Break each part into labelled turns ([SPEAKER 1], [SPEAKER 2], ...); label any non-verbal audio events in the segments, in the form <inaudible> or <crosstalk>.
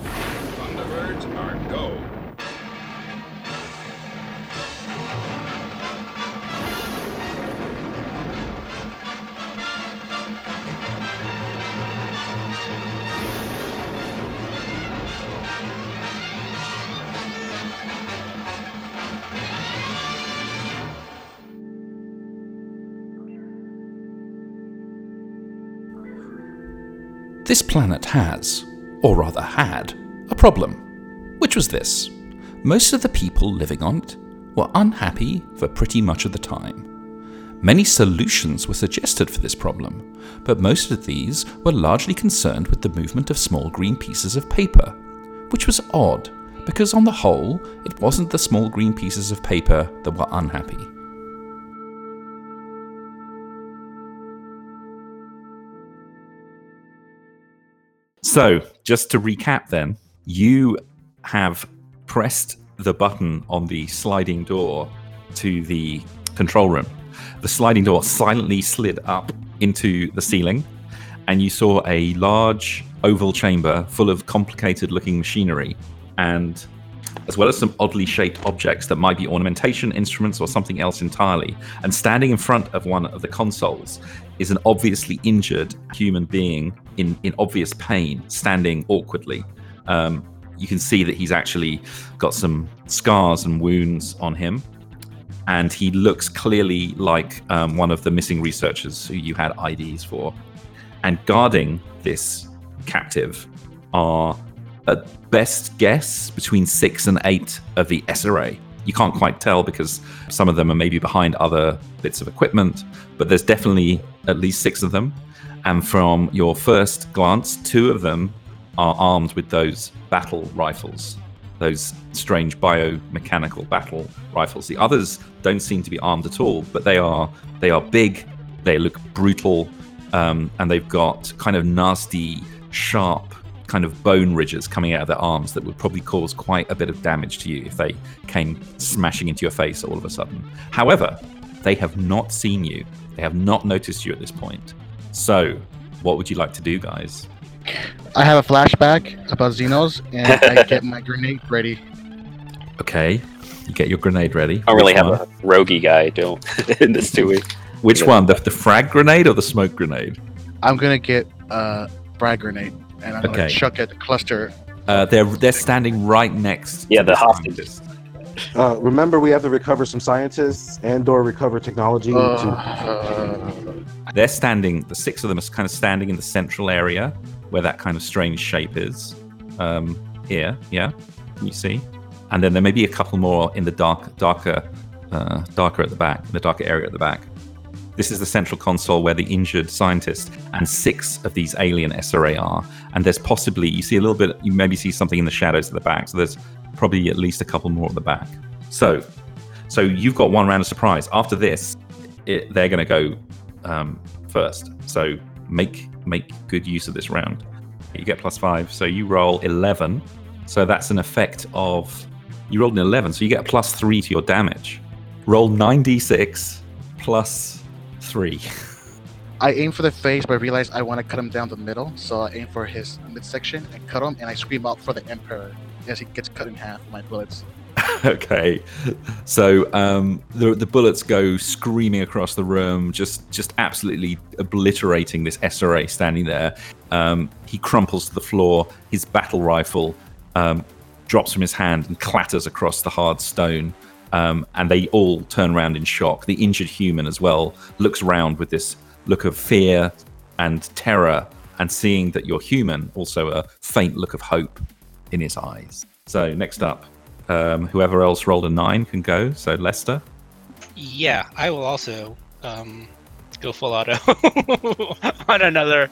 [SPEAKER 1] Thunderbirds are go.
[SPEAKER 2] This planet has, or rather had, a problem, which was this. Most of the people living on it were unhappy for pretty much of the time. Many solutions were suggested for this problem, but most of these were largely concerned with the movement of small green pieces of paper, which was odd, because on the whole, it wasn't the small green pieces of paper that were unhappy.
[SPEAKER 3] So, just to recap, then, you have pressed the button on the sliding door to the control room. The sliding door silently slid up into the ceiling, and you saw a large oval chamber full of complicated looking machinery, and as well as some oddly shaped objects that might be ornamentation, instruments, or something else entirely. And standing in front of one of the consoles is an obviously injured human being in, in obvious pain, standing awkwardly. Um, you can see that he's actually got some scars and wounds on him. And he looks clearly like um, one of the missing researchers who you had IDs for. And guarding this captive are, at best guess, between six and eight of the SRA. You can't quite tell because some of them are maybe behind other bits of equipment, but there's definitely at least six of them. And from your first glance, two of them are armed with those battle rifles, those strange biomechanical battle rifles. The others don't seem to be armed at all, but they are they are big, they look brutal, um, and they've got kind of nasty, sharp kind of bone ridges coming out of their arms that would probably cause quite a bit of damage to you if they came smashing into your face all of a sudden. However, they have not seen you. They have not noticed you at this point. So, what would you like to do, guys?
[SPEAKER 4] I have a flashback about Xenos, and I get my grenade ready.
[SPEAKER 3] Okay, you get your grenade ready.
[SPEAKER 5] I don't really
[SPEAKER 3] Which
[SPEAKER 5] have
[SPEAKER 3] one?
[SPEAKER 5] a roguey guy, I don't, <laughs> in this do we?
[SPEAKER 3] <laughs> Which
[SPEAKER 5] Yeah.
[SPEAKER 3] one? The, the frag grenade or the smoke grenade?
[SPEAKER 4] I'm gonna get a frag grenade, and I'm
[SPEAKER 3] Okay.
[SPEAKER 4] gonna chuck at the cluster.
[SPEAKER 3] Uh, they're they're standing right next.
[SPEAKER 5] Yeah, the hostage.
[SPEAKER 3] hostages.
[SPEAKER 6] Uh, remember, we have to recover some scientists and/or recover technology. to,
[SPEAKER 4] Uh,
[SPEAKER 3] They're standing. The six of them are kind of standing in the central area where that kind of strange shape is. Um, here, yeah, Can you see, and then there may be a couple more in the dark, darker, uh, darker at the back, the darker area at the back. This is the central console where the injured scientist and six of these alien SRA are. And there's possibly, you see a little bit, you maybe see something in the shadows at the back. So there's probably at least a couple more at the back. So, so you've got one round of surprise. After this, it, they're going to go um, first. So make make good use of this round. You get plus five. So you roll 11. So that's an effect of, you rolled an 11. So you get a plus three to your damage. Roll 9d6 plus three.
[SPEAKER 4] I aim for the face, but I realize I want to cut him down the middle, so I aim for his midsection and cut him, and I scream out for the Emperor as he gets cut in half with my bullets.
[SPEAKER 3] <laughs> okay. So um, the, the bullets go screaming across the room, just just absolutely obliterating this SRA standing there. Um, he crumples to the floor. His battle rifle um, drops from his hand and clatters across the hard stone. Um, and they all turn around in shock. The injured human as well looks round with this look of fear and terror, and seeing that you're human, also a faint look of hope in his eyes. So next up, um, whoever else rolled a nine can go. So Lester,
[SPEAKER 7] Yeah, I will also um, go full auto <laughs> on another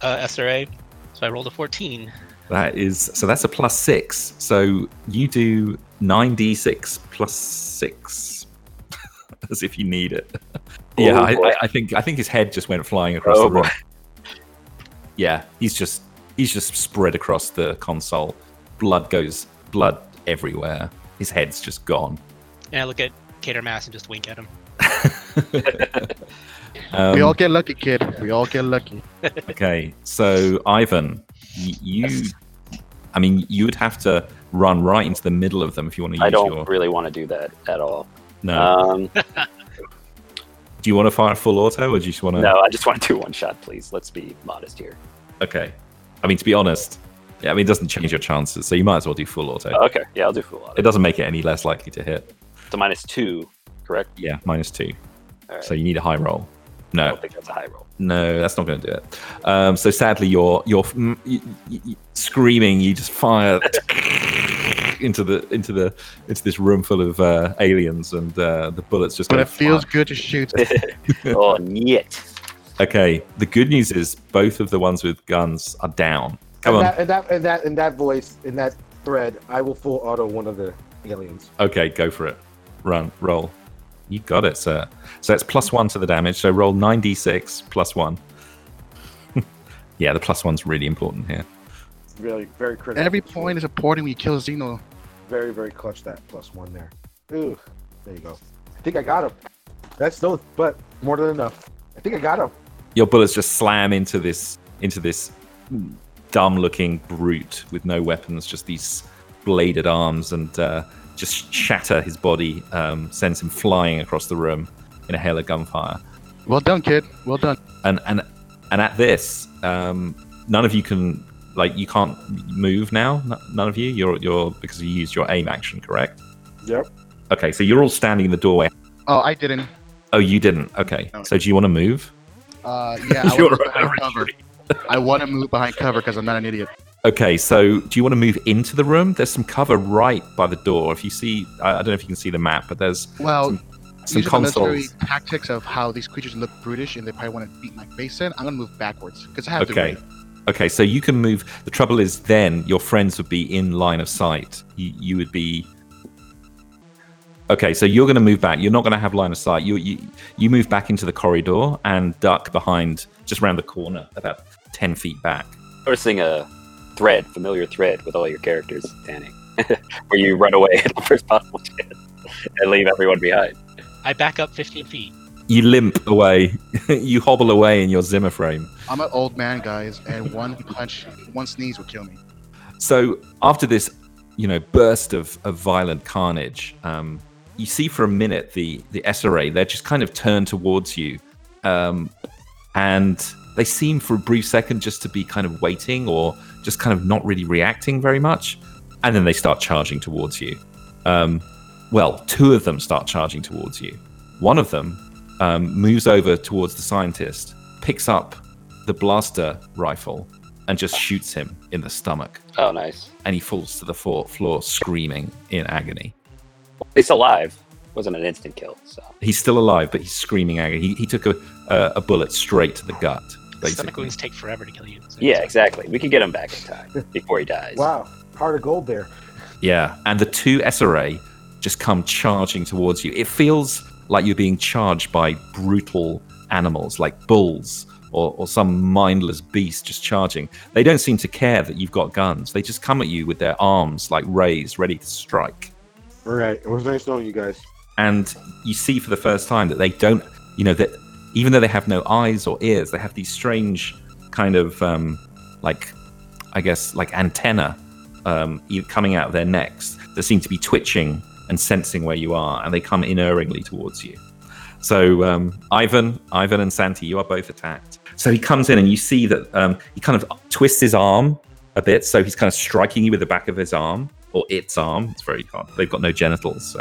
[SPEAKER 7] uh, SRA. So I rolled a 14.
[SPEAKER 3] that is so that's a plus six. So you do nine d six plus six, <laughs> as if you need it. <laughs> yeah, I,
[SPEAKER 5] Oh, boy.
[SPEAKER 3] I, I think I think his head just went flying across
[SPEAKER 5] Oh,
[SPEAKER 3] the room.
[SPEAKER 5] boy.
[SPEAKER 3] <laughs> Yeah, he's just he's just spread across the console. Blood goes blood everywhere. His head's just gone.
[SPEAKER 7] And I look at Cater Mass and just wink at him.
[SPEAKER 3] Um,
[SPEAKER 4] we all get lucky, kid. We all get lucky.
[SPEAKER 3] Okay, so Ivan, y- you, I mean, you would have to run right into the middle of them if you want to use
[SPEAKER 5] I don't
[SPEAKER 3] your. Oh.
[SPEAKER 5] really want to do that at all.
[SPEAKER 3] No.
[SPEAKER 5] Um,
[SPEAKER 3] do you want to fire full auto, or do you just want to?
[SPEAKER 5] no, I just want to do one shot, please. Let's be modest here.
[SPEAKER 3] Okay. I mean, to be honest, yeah, I mean, it doesn't change your chances, so you might as well do full auto.
[SPEAKER 5] Okay, yeah, I'll do full
[SPEAKER 3] It
[SPEAKER 5] auto.
[SPEAKER 3] doesn't make it any less likely to hit.
[SPEAKER 5] So minus two, correct?
[SPEAKER 3] Yeah, minus two.
[SPEAKER 5] All right.
[SPEAKER 3] So you need a high roll.
[SPEAKER 5] I
[SPEAKER 3] No,
[SPEAKER 5] don't think that's a high roll. <laughs>
[SPEAKER 3] no, that's not going to do it. Um, so sadly, you're you're mm, y y y- screaming. You just fire <laughs> into the into the into this room full of uh, aliens, and uh, the bullets just.
[SPEAKER 4] But
[SPEAKER 3] go
[SPEAKER 4] it feels good to shoot.
[SPEAKER 5] oh, yet.
[SPEAKER 3] flying. okay. The good news is both of the ones with guns are down. Come
[SPEAKER 6] and
[SPEAKER 3] on.
[SPEAKER 6] That, and that and that in that voice in that thread, I will full auto one of the aliens.
[SPEAKER 3] Okay, go for it. Run, roll. You got it, sir. So that's plus one to the damage. So roll 9d6 plus one. <laughs> yeah, the plus one's really important here.
[SPEAKER 6] It's Really, very critical.
[SPEAKER 4] Every point is important when you kill Xeno.
[SPEAKER 6] very, very clutch. That plus one there. Ooh, there you go. I think I got him. That's no, but more than enough. I think I got him.
[SPEAKER 3] Your bullets just slam into this into this dumb-looking brute with no weapons, just these bladed arms, and uh, just shatter his body, um, sends him flying across the room in a hail of gunfire.
[SPEAKER 4] Well done, kid. Well done.
[SPEAKER 3] and and and at this, um, none of you can like you can't move now. N- None of you. You're you're because you used your aim action, correct?
[SPEAKER 6] Yep.
[SPEAKER 3] Okay, so you're all standing in the doorway.
[SPEAKER 4] Oh, I didn't.
[SPEAKER 3] Oh, you didn't. Okay,
[SPEAKER 4] No.
[SPEAKER 3] so do you want to move?
[SPEAKER 4] Uh, yeah, I
[SPEAKER 3] You're
[SPEAKER 4] want to move
[SPEAKER 3] right.
[SPEAKER 4] behind cover. I want to move behind cover because I'm not an idiot.
[SPEAKER 3] Okay, so do you want to move into the room? There's some cover right by the door. If you see, I, I don't know if you can see the map, but there's
[SPEAKER 4] Well,
[SPEAKER 3] some
[SPEAKER 4] these are the military
[SPEAKER 3] consoles.
[SPEAKER 4] tactics of how these creatures look brutish and they probably want to beat my face in. I'm gonna move backwards because I have to.
[SPEAKER 3] Okay.
[SPEAKER 4] wait.
[SPEAKER 3] Okay, so you can move. The trouble is, then your friends would be in line of sight. You, you would be. Okay, so you're going to move back. You're not going to have line of sight. You, you you move back into the corridor and duck behind, just round the corner, about ten feet back.
[SPEAKER 5] Noticing a thread, familiar thread with all your characters, Danny, <laughs> where you run away <laughs> at the first possible chance and leave everyone behind.
[SPEAKER 7] I back up 15 feet.
[SPEAKER 3] You limp away. <laughs> you hobble away in your Zimmer frame.
[SPEAKER 4] I'm an old man, guys, and one punch, one sneeze will kill me.
[SPEAKER 3] So after this, you know, burst of, of violent carnage, um, you see for a minute the the SRA. They're just kind of turned towards you, um, and they seem for a brief second just to be kind of waiting or just kind of not really reacting very much, and then they start charging towards you. Um, well, two of them start charging towards you. One of them um, moves over towards the scientist, picks up the blaster rifle, and just shoots him in the stomach
[SPEAKER 5] Oh, nice.
[SPEAKER 3] and he falls to the floor, floor screaming in agony.
[SPEAKER 5] It's alive. Wasn't an instant kill, so
[SPEAKER 3] He's still alive, but he's screaming agony. He, he took a, a, a bullet straight to the gut,
[SPEAKER 7] Stomach
[SPEAKER 3] basically.
[SPEAKER 7] wounds take forever to kill you. so-
[SPEAKER 5] yeah, exactly. We can get him back in
[SPEAKER 3] <laughs>
[SPEAKER 5] time before he dies.
[SPEAKER 6] Wow, heart of gold there.
[SPEAKER 3] Yeah, and the two SRA just come charging towards you. It feels like you're being charged by brutal animals, like bulls or, or some mindless beast just charging. They don't seem to care that you've got guns. They just come at you with their arms like raised, ready to strike.
[SPEAKER 6] All right, it was nice knowing you guys.
[SPEAKER 3] and you see for the first time that they don't you know that even though they have no eyes or ears they have these strange kind of um, like i guess like antenna um, e- coming out of their necks that seem to be twitching and sensing where you are and they come inerringly towards you so um, ivan ivan and santi you are both attacked so he comes in and you see that um, he kind of twists his arm a bit so he's kind of striking you with the back of his arm or its arm it's very hard they've got no genitals so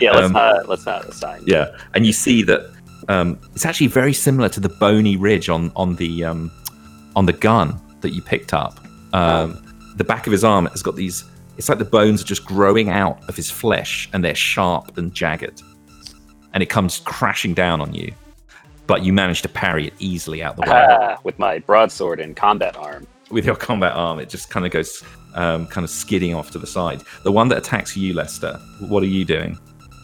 [SPEAKER 5] Yeah, let's
[SPEAKER 3] Um,
[SPEAKER 5] not let's not assign.
[SPEAKER 3] yeah, and you see that um, it's actually very similar to the bony ridge on on the um, on the gun that you picked up. Um, the back of his arm has got these. It's like the bones are just growing out of his flesh, and they're sharp and jagged. And it comes crashing down on you, but you manage to parry it easily out the
[SPEAKER 5] <laughs>
[SPEAKER 3] way
[SPEAKER 5] Ah, with my broadsword and combat arm.
[SPEAKER 3] with your combat arm. It just kind of goes, um, kind of skidding off to the side. The one that attacks you, Lester. What are you doing?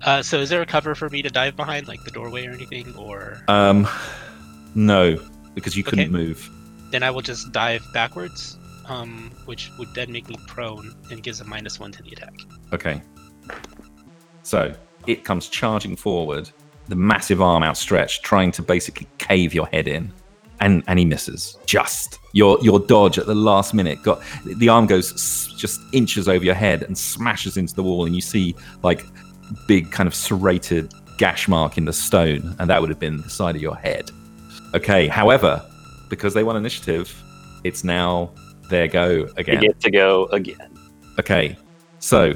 [SPEAKER 7] Uh, so is there a cover for me to dive behind, like the doorway or anything? Or
[SPEAKER 3] Um, no, because you couldn't
[SPEAKER 7] Okay.
[SPEAKER 3] move.
[SPEAKER 7] then I will just dive backwards, um, which would then make me prone and gives a minus one to the attack.
[SPEAKER 3] Okay. So it comes charging forward, the massive arm outstretched, trying to basically cave your head in. And, and he misses. Just your your dodge at the last minute got the arm goes s- just inches over your head and smashes into the wall, and you see like big kind of serrated gash mark in the stone, and that would have been the side of your head. Okay. However, because they won initiative, it's now their go
[SPEAKER 5] You
[SPEAKER 3] again.
[SPEAKER 5] get to go again.
[SPEAKER 3] Okay, so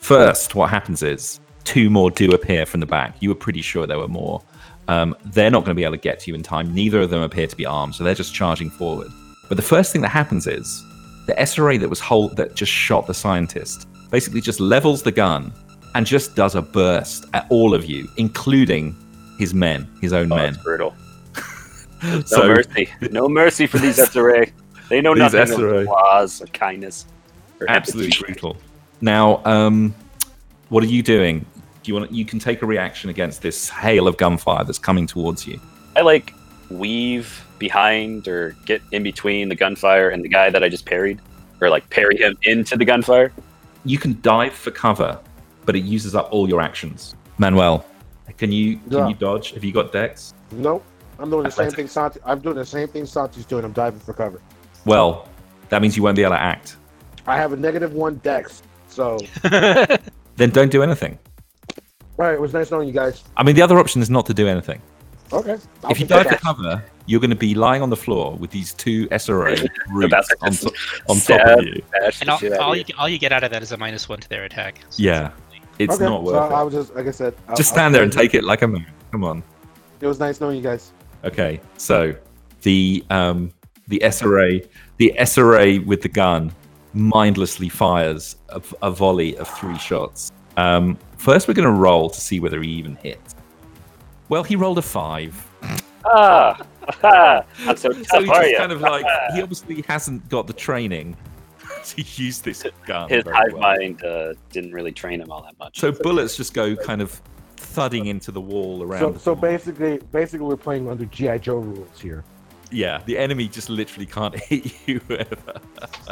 [SPEAKER 3] first, what happens is two more do appear from the back. You were pretty sure there were more. Um, they're not going to be able to get to you in time. Neither of them appear to be armed, so they're just charging forward. But the first thing that happens is the SRA that was hold that just shot the scientist basically just levels the gun and just does a burst at all of you, including his men, his own
[SPEAKER 5] Oh,
[SPEAKER 3] men.
[SPEAKER 5] that's brutal. No
[SPEAKER 3] So-
[SPEAKER 5] mercy. No mercy
[SPEAKER 3] <laughs>
[SPEAKER 5] for these SRA. They know
[SPEAKER 3] These
[SPEAKER 5] nothing
[SPEAKER 3] SRA.
[SPEAKER 5] of laws of kindness. or
[SPEAKER 3] absolutely
[SPEAKER 5] empathy.
[SPEAKER 3] brutal. Now, um, what are you doing? Do you want? You can take a reaction against this hail of gunfire that's coming towards you.
[SPEAKER 5] I like weave behind or get in between the gunfire and the guy that I just parried, or like parry him into the gunfire.
[SPEAKER 3] You can dive for cover, but it uses up all your actions. Manuel, can you can
[SPEAKER 6] Yeah.
[SPEAKER 3] you dodge? Have you got dex?
[SPEAKER 6] Nope. I'm doing the same
[SPEAKER 3] Athletics.
[SPEAKER 6] thing Santi. I'm doing the same thing Santi's doing. I'm diving for cover.
[SPEAKER 3] Well, that means you won't be able to act.
[SPEAKER 6] I have a negative one dex. So, all
[SPEAKER 3] Then don't do anything.
[SPEAKER 6] right, it was nice knowing you guys.
[SPEAKER 3] I mean, the other option is not to do anything.
[SPEAKER 6] Okay. I'll
[SPEAKER 3] if you
[SPEAKER 6] take that
[SPEAKER 3] dive for
[SPEAKER 6] back.
[SPEAKER 3] cover, you're going to be lying on the floor with these two
[SPEAKER 6] <laughs>
[SPEAKER 3] SRA brutes
[SPEAKER 5] to
[SPEAKER 3] on,
[SPEAKER 5] just
[SPEAKER 3] to- on top
[SPEAKER 5] stab
[SPEAKER 3] of you.
[SPEAKER 5] Bash
[SPEAKER 7] and
[SPEAKER 5] the
[SPEAKER 7] all,
[SPEAKER 5] shit out of
[SPEAKER 7] all
[SPEAKER 5] you.
[SPEAKER 7] you all you get out of that is a minus one to their attack. So
[SPEAKER 3] Yeah, it's
[SPEAKER 6] okay.
[SPEAKER 3] not worth
[SPEAKER 6] so uh,
[SPEAKER 3] it.
[SPEAKER 6] I was just, like I said, I-
[SPEAKER 3] Just
[SPEAKER 6] I-
[SPEAKER 3] stand there and take it like a man. Come on.
[SPEAKER 6] It was nice knowing you guys.
[SPEAKER 3] Okay, so the um, the SRA the SRA with the gun mindlessly fires a, a volley of three shots. Um, first, we're going to roll to see whether he even hits. Well, he rolled a five,
[SPEAKER 5] Ah, ah, I'm so tough,
[SPEAKER 3] so he
[SPEAKER 5] are
[SPEAKER 3] just
[SPEAKER 5] you?
[SPEAKER 3] kind of like he obviously hasn't got the training <laughs> to use this gun.
[SPEAKER 5] His
[SPEAKER 3] very
[SPEAKER 5] hive
[SPEAKER 3] well.
[SPEAKER 5] mind uh, didn't really train him all that much.
[SPEAKER 3] So bullets just go kind of thudding into the wall around.
[SPEAKER 6] So,
[SPEAKER 3] the
[SPEAKER 6] so
[SPEAKER 3] corner.
[SPEAKER 6] basically, basically, we're playing under GI Joe rules here.
[SPEAKER 3] yeah, the enemy just literally can't <laughs> hit you ever. <laughs>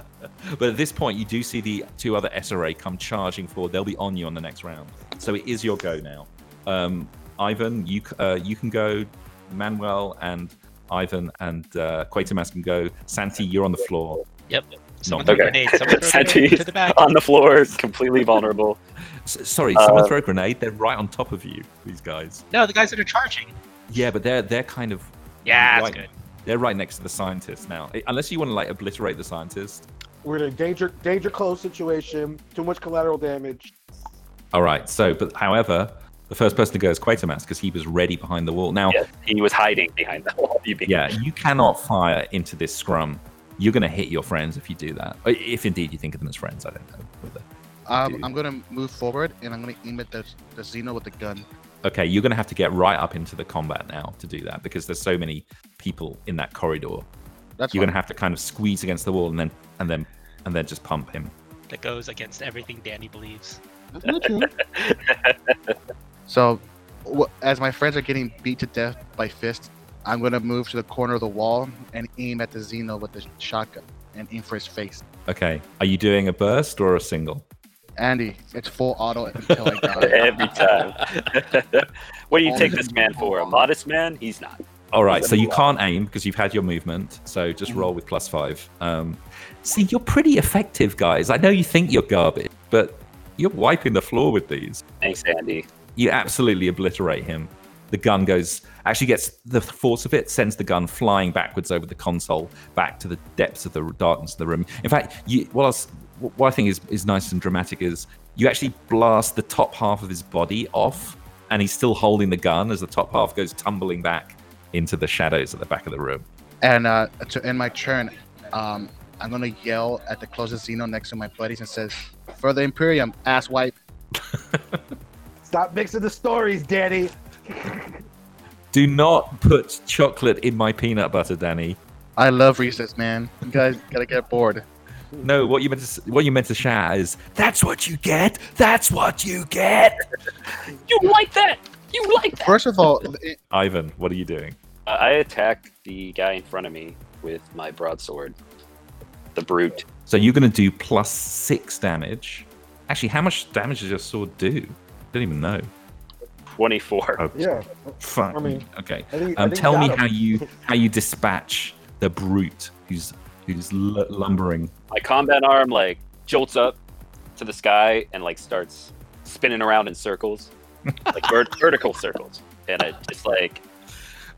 [SPEAKER 3] but at this point, you do see the two other SRA come charging forward. They'll be on you on the next round. So it is your go now. Um, Ivan, you c- uh, you can go. Manuel and Ivan and uh, Quatermass can go. Santi, you're on the floor.
[SPEAKER 7] Yep. Someone
[SPEAKER 3] No.
[SPEAKER 7] throw
[SPEAKER 5] Okay.
[SPEAKER 7] a grenade. Someone throw a grenade
[SPEAKER 5] Santi's
[SPEAKER 7] to the back.
[SPEAKER 5] <laughs> on the floor, completely vulnerable.
[SPEAKER 3] S- sorry, someone
[SPEAKER 5] Uh,
[SPEAKER 3] throw a grenade. They're right on top of you. These guys.
[SPEAKER 7] No, the guys that are charging.
[SPEAKER 3] Yeah, but they're they're kind of
[SPEAKER 7] Yeah,
[SPEAKER 3] right,
[SPEAKER 7] that's good.
[SPEAKER 3] They're right next to the scientist now. I- Unless you want to like obliterate the scientist.
[SPEAKER 6] We're in a danger, danger close situation. Too much collateral damage.
[SPEAKER 3] All right. So, but however, the first person to go is Quatermass because he was ready behind the wall. Now, yeah.
[SPEAKER 5] Yes, he was hiding behind the <laughs> wall. You being
[SPEAKER 3] you cannot fire into this scrum. You're going to hit your friends if you do that. I- If indeed you think of them as friends, I don't know. whether-
[SPEAKER 4] Um,
[SPEAKER 3] Dude.
[SPEAKER 4] I'm gonna move forward and I'm gonna aim at the the Xeno with the gun.
[SPEAKER 3] Okay, you're going to have to get right up into the combat now to do that because there's so many people in that corridor.
[SPEAKER 4] That's
[SPEAKER 3] You're going to
[SPEAKER 4] fine.
[SPEAKER 3] have to kind of squeeze against the wall and then and then and then just pump him.
[SPEAKER 7] That goes against everything Danny believes. <laughs>
[SPEAKER 4] So, w- as my friends are getting beat to death by fists, I'm gonna move to the corner of the wall and aim at the Xeno with the shotgun and aim for his face.
[SPEAKER 3] Okay, are you doing a burst or a single?
[SPEAKER 4] Andy, it's full auto until I die.
[SPEAKER 5] <laughs> every time. what do you
[SPEAKER 4] All
[SPEAKER 5] take
[SPEAKER 4] the-
[SPEAKER 5] this man for? A modest man? He's not.
[SPEAKER 3] All right, so you can't aim because you've had your movement. So just roll with plus five. Um, see, you're pretty effective, guys. I know you think you're garbage, but you're wiping the floor with these.
[SPEAKER 5] Thanks, Andy.
[SPEAKER 3] You absolutely obliterate him. The gun goes, actually gets the force of it, sends the gun flying backwards over the console, back to the depths of the darkness of the room. In fact, you, what, I was, what I think is, is nice and dramatic is you actually blast the top half of his body off, and he's still holding the gun as the top half goes tumbling back into the shadows at the back of the room.
[SPEAKER 4] And uh, to end my turn, um, I'm gonna yell at the closest Xeno next to my buddies and says, "For the Imperium, ass wipe."
[SPEAKER 6] Stop mixing the stories, Daddy.
[SPEAKER 3] Do not put chocolate in my peanut butter, Danny.
[SPEAKER 4] I love Reese's, man. You guys gotta get bored.
[SPEAKER 3] No, what you meant to s- what you meant to shout is that's what you get. That's what you get.
[SPEAKER 5] You like that? You like that?
[SPEAKER 4] First of all, <laughs> it-
[SPEAKER 3] Ivan, what are you doing?
[SPEAKER 5] Uh, I attack the guy in front of me with my broadsword. The brute.
[SPEAKER 3] So you're going to do plus six damage. Actually, how much damage does your sword do? don't even know.
[SPEAKER 5] 24.
[SPEAKER 3] Oh,
[SPEAKER 6] Yeah.
[SPEAKER 3] fuck.
[SPEAKER 6] I mean,
[SPEAKER 3] okay.
[SPEAKER 6] I think, I
[SPEAKER 3] Um,
[SPEAKER 6] think
[SPEAKER 3] tell me
[SPEAKER 6] got
[SPEAKER 3] how
[SPEAKER 6] him.
[SPEAKER 3] you how you dispatch the brute who's who's l- lumbering.
[SPEAKER 5] My combat arm like jolts up to the sky and like starts spinning around in circles, like vert- <laughs> vertical circles, and it just like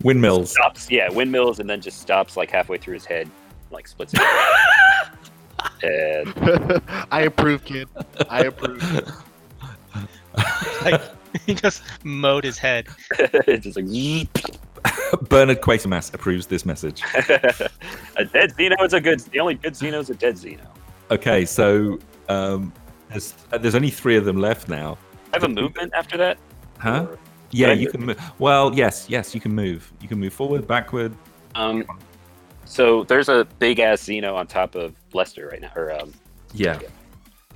[SPEAKER 3] Windmills.
[SPEAKER 5] stops. Yeah, windmills, and then just stops like halfway through his head, like splits it. <laughs> and <laughs>
[SPEAKER 4] I approve, kid. I approve.
[SPEAKER 7] Like he just mowed his head.
[SPEAKER 5] it's just like <laughs> yeet.
[SPEAKER 3] Bernard Quatermass approves this <laughs> message.
[SPEAKER 5] <laughs> a dead Xeno is a good. The only good Xeno is a dead Xeno.
[SPEAKER 3] Okay, so um, there's uh, there's only three of them left now.
[SPEAKER 5] I have a movement after that.
[SPEAKER 3] Huh?
[SPEAKER 5] Or-
[SPEAKER 3] Yeah,
[SPEAKER 5] Right.
[SPEAKER 3] you can move. Well, yes, yes, you can move. You can move forward, backward.
[SPEAKER 5] Um, so there's a big ass Xeno on top of Lester right now. Or um,
[SPEAKER 3] Yeah.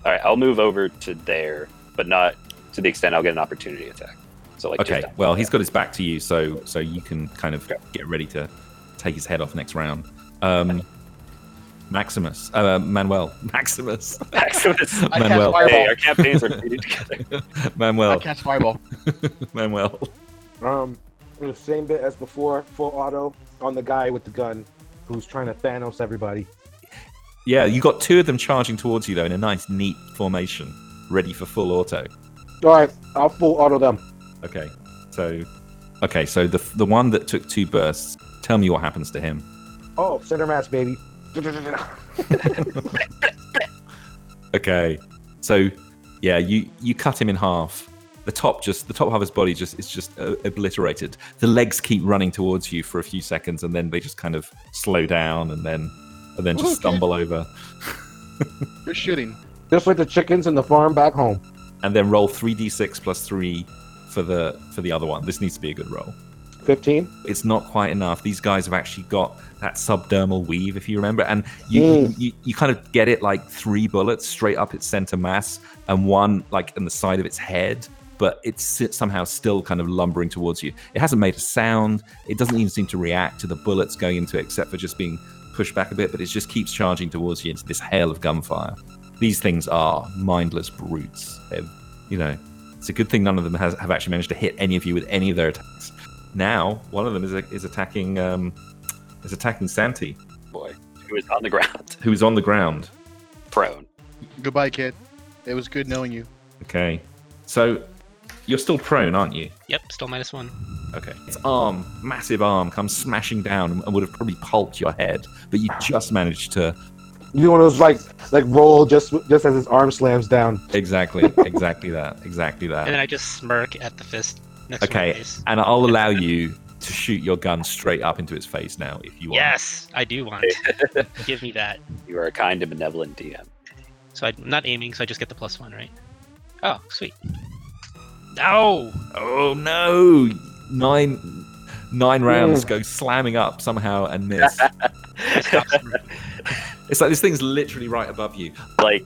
[SPEAKER 5] all right, I'll move over to there, but not to the extent I'll get an opportunity attack. So like,
[SPEAKER 3] Okay.
[SPEAKER 5] just- <laughs>
[SPEAKER 3] Well, he's got his back to you, so so you can kind of
[SPEAKER 5] Okay.
[SPEAKER 3] get ready to take his head off next round. Um, Maximus, uh, Manuel, <laughs> Maximus,
[SPEAKER 5] Maximus.
[SPEAKER 4] I cast
[SPEAKER 3] Manuel,
[SPEAKER 4] fireball.
[SPEAKER 5] Hey, our campaigns are faded <laughs> together.
[SPEAKER 4] I
[SPEAKER 3] Manuel,
[SPEAKER 4] catch fireball.
[SPEAKER 3] Manuel.
[SPEAKER 6] Um, the same bit as before, full auto on the guy with the gun who's trying to Thanos everybody.
[SPEAKER 3] Yeah, you got two of them charging towards you though in a nice neat formation, ready for full auto.
[SPEAKER 6] All right, I'll full auto them.
[SPEAKER 3] Okay. So, okay. So the the one that took two bursts. Tell me what happens to him.
[SPEAKER 6] Oh, center mass, baby. <laughs>
[SPEAKER 3] Okay. So, yeah, you you cut him in half. The top just the top half of his body just is just uh, obliterated. The legs keep running towards you for a few seconds, and then they just kind of slow down, and then and then just
[SPEAKER 4] Okay.
[SPEAKER 3] stumble over,
[SPEAKER 4] You're shooting.
[SPEAKER 6] Just like the chickens in the farm back home.
[SPEAKER 3] and then roll three d six plus three for the for the other one. This needs to be a good roll.
[SPEAKER 6] 15.
[SPEAKER 3] it's not quite enough. These guys have actually got that subdermal weave, if you remember, and you
[SPEAKER 6] Mm.
[SPEAKER 3] you, you kind of get it like three bullets straight up its center mass and one like in the side of its head, but it's s- somehow still kind of lumbering towards you. It hasn't made a sound. It doesn't even seem to react to the bullets going into it, except for just being pushed back a bit. But it just keeps charging towards you into this hail of gunfire. These things are mindless brutes. They've, you know, it's a good thing none of them has, have actually managed to hit any of you with any of their attacks now one of them is, is attacking um, is attacking Santi,
[SPEAKER 5] Boy, he was on the ground, <laughs>
[SPEAKER 3] who is on the ground.
[SPEAKER 5] prone.
[SPEAKER 4] Goodbye, kid. It was good knowing you.
[SPEAKER 3] Okay, so you're still prone, aren't you?
[SPEAKER 7] Yep, still minus one.
[SPEAKER 3] Okay. Its arm, massive arm, comes smashing down and would have probably pulped your head, but you just managed to
[SPEAKER 6] You know one of those like like roll just just as his arm slams down.
[SPEAKER 3] exactly exactly that exactly that.
[SPEAKER 7] And then I just smirk at the fist next to my
[SPEAKER 3] okay,
[SPEAKER 7] face.
[SPEAKER 3] and I'll allow you to shoot your gun straight up into its face now if you want.
[SPEAKER 7] Yes, I do want <laughs> it. Give me that.
[SPEAKER 5] You are a kind and benevolent DM.
[SPEAKER 7] So I'm not aiming, so I just get the plus one, right? Oh, sweet. No!
[SPEAKER 3] Oh no! Nine nine rounds go slamming up somehow and
[SPEAKER 7] <laughs>
[SPEAKER 3] miss.
[SPEAKER 7] I stop smirking.
[SPEAKER 3] It's like this thing's literally right above you.
[SPEAKER 5] like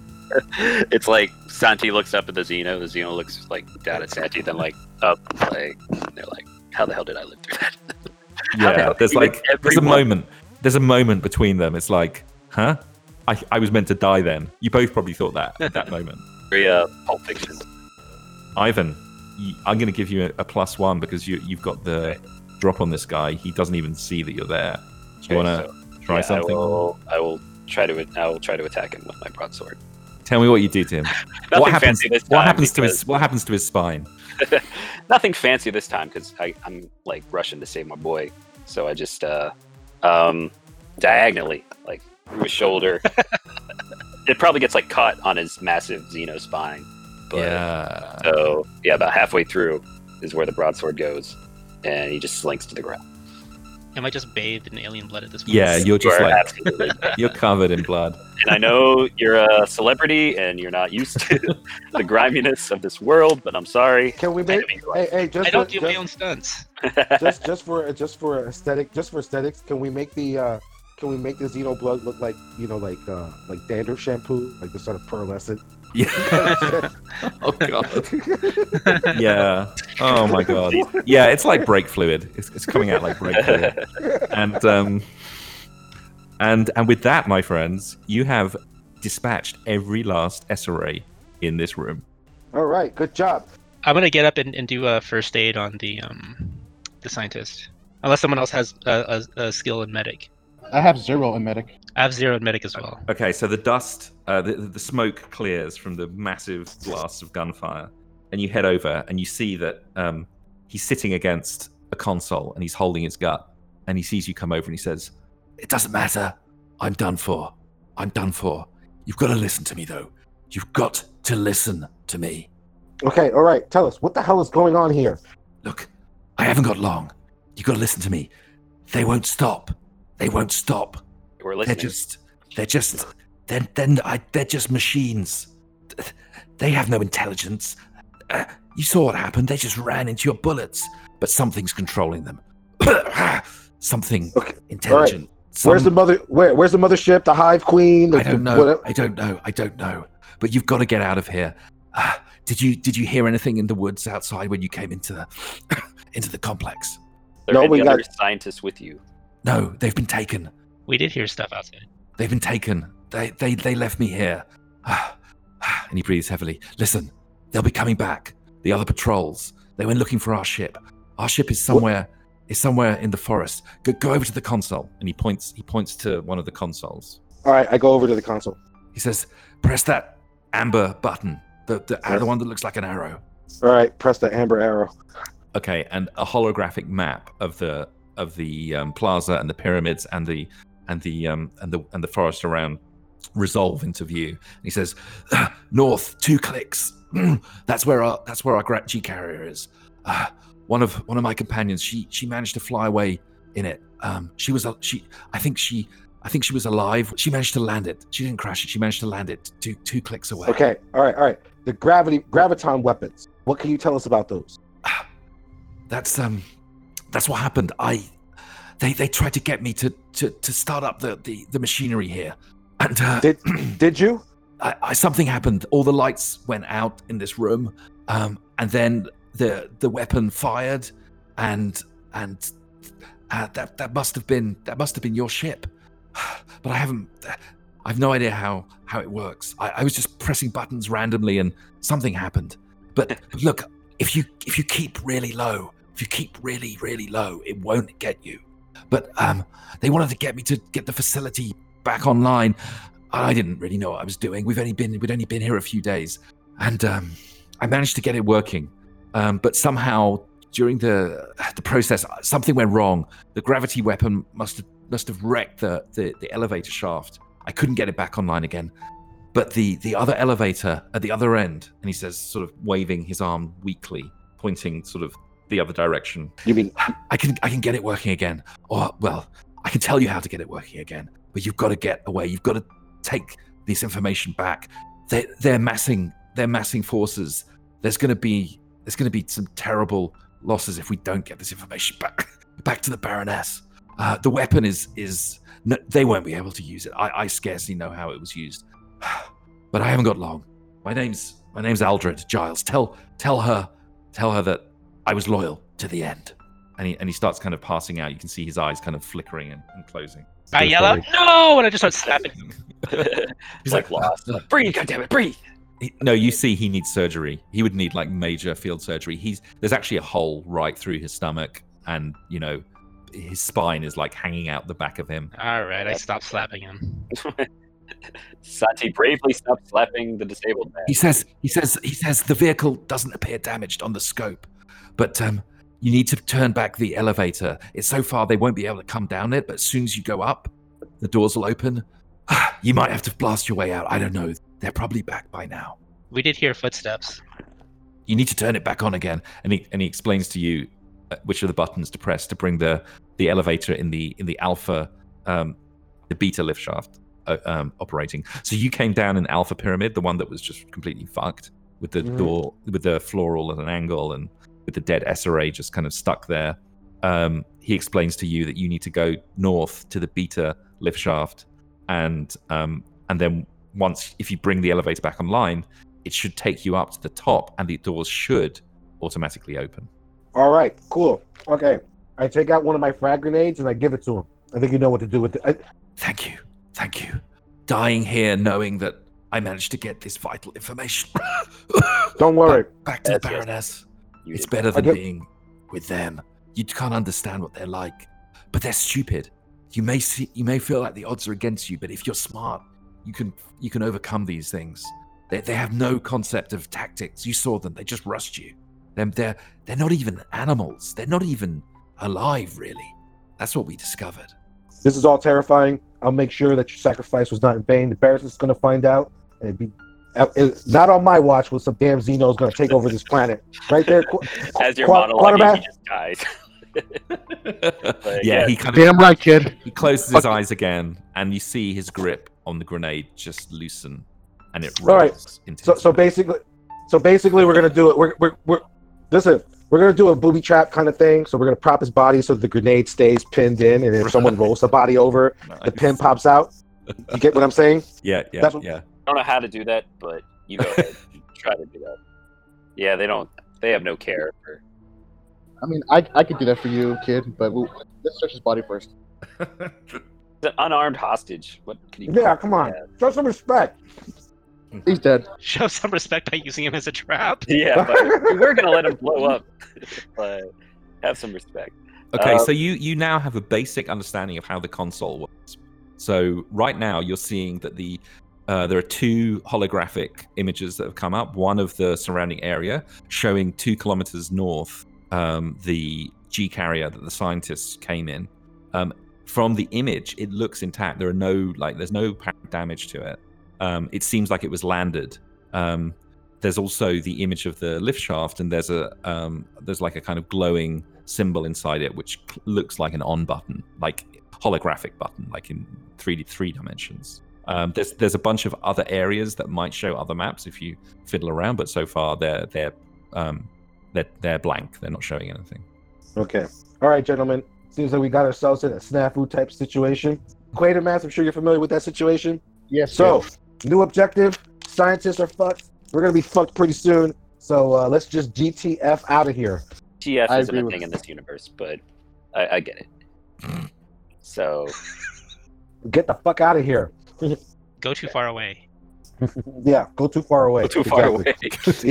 [SPEAKER 5] <laughs> it's like Santi looks up at the Xeno, the Xeno looks like down at Santi, then like up, like and they're like, How the hell did I live through that? <laughs> How the
[SPEAKER 3] Yeah,
[SPEAKER 5] hell
[SPEAKER 3] there's
[SPEAKER 5] even
[SPEAKER 3] like there's a
[SPEAKER 5] everyone-
[SPEAKER 3] moment. There's a moment between them. It's like, huh? I, I was meant to die then. You both probably thought
[SPEAKER 5] <laughs>
[SPEAKER 3] that at that moment.
[SPEAKER 5] Very uh pulp fiction.
[SPEAKER 3] Ivan, you, I'm going to give you a, a plus one because you you've got the drop on this guy. He doesn't even see that you're there. Do you want to try
[SPEAKER 5] Yeah,
[SPEAKER 3] something?
[SPEAKER 5] I will, I will try to I will try to attack him with my broadsword. <laughs>
[SPEAKER 3] Tell me what you do to him.
[SPEAKER 5] Nothing
[SPEAKER 3] what happens?
[SPEAKER 5] fancy this time.
[SPEAKER 3] what happens to
[SPEAKER 5] because-
[SPEAKER 3] his What happens to his spine?
[SPEAKER 5] <laughs> Nothing fancy this time because I'm like rushing to save my boy, so I just uh, um, diagonally like through his
[SPEAKER 3] <laughs>
[SPEAKER 5] shoulder. it probably gets like caught on his massive Xeno spine. But,
[SPEAKER 3] yeah.
[SPEAKER 5] So yeah, about halfway through is where the broadsword goes, and he just slinks to the ground.
[SPEAKER 7] Am I just bathed in alien blood at this point?
[SPEAKER 3] Yeah, you're just
[SPEAKER 5] You are
[SPEAKER 3] like
[SPEAKER 5] absolutely. <laughs>
[SPEAKER 3] you're covered in blood.
[SPEAKER 5] and I know you're a celebrity and you're not used to <laughs> the griminess of this world, but I'm sorry.
[SPEAKER 6] Can we
[SPEAKER 5] I
[SPEAKER 6] make?
[SPEAKER 5] mean,
[SPEAKER 6] Hey, hey, just
[SPEAKER 7] I don't
[SPEAKER 6] for,
[SPEAKER 7] do
[SPEAKER 6] just,
[SPEAKER 7] my own stunts.
[SPEAKER 6] just just for just for aesthetic, just for aesthetics, can we make the uh can we make the Xeno blood look like you know like uh like dandruff shampoo, like the sort of
[SPEAKER 7] <laughs>
[SPEAKER 6] pearlescent?
[SPEAKER 3] Yeah. oh god. <laughs> yeah. Oh my god. Yeah, it's like brake fluid. It's, it's coming out like brake fluid. And um, and and with that, my friends, you have dispatched every last SRA in this room.
[SPEAKER 6] All right, good job.
[SPEAKER 7] I'm gonna get up and, and do a first aid on the um, the scientist, unless someone else has a, a, a skill in medic.
[SPEAKER 4] I have zero in medic.
[SPEAKER 7] I have zero in medic as well.
[SPEAKER 2] Okay, so the dust, uh, the, the smoke clears from the massive blasts of gunfire, and you head over and you see that um, he's sitting against a console and he's holding his gut, and he sees you come over and he says, "It doesn't matter. I'm done for. I'm done for. You've got to listen to me, though. You've got to listen to me.
[SPEAKER 6] Okay, all right. Tell us what the hell is going on here.
[SPEAKER 2] Look, I haven't got long. You've got to listen to me. They won't stop. They won't stop."
[SPEAKER 5] We're listening.
[SPEAKER 2] They're just, they're just, then, then I, they're just machines. They have no intelligence. Uh, you saw what happened. They just ran into your bullets, but something's controlling them. <coughs> Something
[SPEAKER 6] Okay,
[SPEAKER 2] intelligent. Some-
[SPEAKER 6] Where's the mother? Where, where's the mothership? The Hive Queen? The,
[SPEAKER 2] I don't
[SPEAKER 6] the-
[SPEAKER 2] know.
[SPEAKER 6] whatever-
[SPEAKER 2] I don't know. I don't know. But you've got to get out of here. Ah, did you did you hear anything in the woods outside when you came into the <coughs> into the complex?
[SPEAKER 5] There
[SPEAKER 6] No,
[SPEAKER 5] are
[SPEAKER 6] we
[SPEAKER 5] any
[SPEAKER 6] got-
[SPEAKER 5] other scientists with you.
[SPEAKER 2] No, they've been taken.
[SPEAKER 7] We did hear stuff outside.
[SPEAKER 2] They've been taken. They they they left me here. Ah, ah, and he breathes heavily. Listen, they'll be coming back. The other patrols. They went looking for our ship. Our ship is somewhere is somewhere in the forest. Go, go over to the console. And he points he points to one of the consoles.
[SPEAKER 6] All right, I go over to the console.
[SPEAKER 2] He says, "Press that amber button. The the,
[SPEAKER 6] Yes.
[SPEAKER 2] the one that looks like an arrow."
[SPEAKER 6] All right, press the amber arrow.
[SPEAKER 2] Okay, and a holographic map of the of the um, plaza and the pyramids and the and the um, and the and the forest around resolve into view. And he says, "Ah, "North, two clicks. Mm, that's where our that's where our Grat G carrier is. Ah, one of one of my companions. She she managed to fly away in it. Um, she was a- she. I think she." I think she was alive. She managed to land it. She didn't crash it. She managed to land it two two clicks away.
[SPEAKER 6] Okay, all right, all right. The gravity graviton weapons. What can you tell us about those?
[SPEAKER 2] that's um that's what happened i they they tried to get me to to to start up the the, the machinery here and uh,
[SPEAKER 6] Did did you?
[SPEAKER 2] I, I something happened all the lights went out in this room um and then the the weapon fired and and uh, that that must have been that must have been your ship <sighs> but i haven't i've no idea how how it works i, I was just pressing buttons randomly and something happened but look if you if you keep really low, if you keep really really low, it won't get you. But um, they wanted to get me to get the facility back online. I didn't really know what I was doing. We've only been we'd only been here a few days, and um, I managed to get it working. Um, but somehow during the the process, something went wrong. The gravity weapon must have must have wrecked the the, the elevator shaft. I couldn't get it back online again but the the other elevator at the other end and he says sort of waving his arm weakly pointing sort of the other direction
[SPEAKER 6] You mean
[SPEAKER 2] i can i can get it working again or well i can tell you how to get it working again but you've got to get away you've got to take this information back they, they're massing they're massing forces there's going to be there's going to be some terrible losses if we don't get this information back <laughs> back to the baroness uh, the weapon is is no, they won't be able to use it I, I scarcely know how it was used <sighs> but I haven't got long. My name's my name's Aldred Giles. Tell tell her tell her that I was loyal to the end. And he and he starts kind of passing out. You can see his eyes kind of flickering and, and closing.
[SPEAKER 7] I yell out, "No!" and I just start slapping.
[SPEAKER 2] He's
[SPEAKER 5] Like
[SPEAKER 2] lost.
[SPEAKER 5] breathe, goddammit, breathe.
[SPEAKER 2] no, you see, he needs surgery. He would need like major field surgery. He's there's actually a hole right through his stomach, and you know, his spine is like hanging out the back of him.
[SPEAKER 7] All right, I stop slapping him.
[SPEAKER 5] Santi bravely stopped slapping the disabled man.
[SPEAKER 2] He says he says he says the vehicle doesn't appear damaged on the scope, but um, you need to turn back the elevator. It's so far they won't be able to come down it, but as soon as you go up, the doors will open. <sighs> you might have to blast your way out. I don't know. They're probably back by now.
[SPEAKER 7] We did hear footsteps. <laughs>
[SPEAKER 2] You need to turn it back on again. And he and he explains to you uh, which of the buttons to press to bring the the elevator in the in the alpha um, the beta lift shaft uh, um, operating. So you came down in alpha pyramid, the one that was just completely fucked with the
[SPEAKER 6] Mhm.
[SPEAKER 2] door with the floor all at an angle and with the dead SRA just kind of stuck there. Um, he explains to you that you need to go north to the beta lift shaft and um, and then once if you bring the elevator back online, it should take you up to the top and the doors should automatically open.
[SPEAKER 6] all right? Cool. Okay, I take out one of my frag grenades and I give it to him. I think you know what to do with it. I,
[SPEAKER 2] Thank you. Thank you. Dying here knowing that I managed to get this vital information <laughs>
[SPEAKER 6] Don't worry.
[SPEAKER 2] back to the
[SPEAKER 5] Yes, yes.
[SPEAKER 2] Baroness.
[SPEAKER 5] You
[SPEAKER 2] It's
[SPEAKER 5] did.
[SPEAKER 2] better than
[SPEAKER 6] Okay.
[SPEAKER 2] being with them. You can't understand what they're like, but they're stupid. You may see, you may feel like the odds are against you, but if you're smart, you can you can overcome these things. They, they have no concept of tactics. You saw them; they just rushed you. Them they're they're not even animals. They're not even alive, really. That's what we discovered.
[SPEAKER 6] This is all terrifying. I'll make sure that your sacrifice was not in vain. The Baroness is going to find out, and it'd be uh, it- not on my watch. With some damn Xeno's going to take over this planet right there. qu-
[SPEAKER 5] As your
[SPEAKER 6] qua-
[SPEAKER 5] model,
[SPEAKER 6] quarterback-
[SPEAKER 5] he just <laughs> dies.
[SPEAKER 3] yeah,
[SPEAKER 5] yeah.
[SPEAKER 3] he kind of
[SPEAKER 4] Damn right, kid.
[SPEAKER 3] he closes his
[SPEAKER 4] Fuck.
[SPEAKER 3] eyes again, and you see his grip on the grenade just loosen, and it
[SPEAKER 6] All right.
[SPEAKER 3] rolls into.
[SPEAKER 6] So,
[SPEAKER 3] his
[SPEAKER 6] so
[SPEAKER 3] hand.
[SPEAKER 6] basically, so basically, we're gonna do it. We're, we're, we're listen. We're gonna do a booby trap kind of thing. So we're gonna prop his body so the grenade stays pinned in, and if someone rolls the body over, the pin pops out. You get what I'm saying?
[SPEAKER 3] Yeah, yeah,
[SPEAKER 6] That's what-
[SPEAKER 3] yeah.
[SPEAKER 5] I don't know how to do that, but you go ahead. and try to do that. Yeah, they don't. They have no care. For,
[SPEAKER 4] I mean, I, I could do that for you, kid, but we'll, let's search his body first.
[SPEAKER 5] it's an unarmed hostage. What can you?
[SPEAKER 6] Yeah, come on. Show some respect.
[SPEAKER 4] He's dead.
[SPEAKER 7] Show some respect by using him as a trap.
[SPEAKER 5] <laughs> Yeah,
[SPEAKER 6] <laughs>
[SPEAKER 5] but we we're gonna let him blow up. <laughs> but have some respect.
[SPEAKER 3] Okay,
[SPEAKER 5] Uh,
[SPEAKER 3] so you you now have a basic understanding of how the console works. So right now you're seeing that the uh, there are two holographic images that have come up. One of the surrounding area showing two kilometers north um, the G carrier that the scientists came in. Um, from the image, it looks intact. There are no like there's no apparent damage to it. Um, it seems like it was landed. Um, there's also the image of the lift shaft, and there's a um, there's like a kind of glowing symbol inside it, which cl- looks like an on button, like holographic button, like in three D three dimensions. Um, there's there's a bunch of other areas that might show other maps if you fiddle around, but so far they're they're um, they're, they're blank. They're not showing anything.
[SPEAKER 6] Okay. All right, gentlemen. Seems like we got ourselves in a snafu type situation. Quatermass, I'm sure you're familiar with that situation.
[SPEAKER 4] Yes.
[SPEAKER 6] So, new objective. Scientists are fucked. We're gonna be fucked pretty soon. So uh, let's just GTF out of here.
[SPEAKER 5] TF
[SPEAKER 4] I
[SPEAKER 5] isn't
[SPEAKER 4] agree
[SPEAKER 5] a
[SPEAKER 4] with
[SPEAKER 5] thing in this universe, but I, I get it. So
[SPEAKER 6] Get the fuck out of <laughs> here.
[SPEAKER 7] Go too far away.
[SPEAKER 6] Yeah, go too far away. Exactly.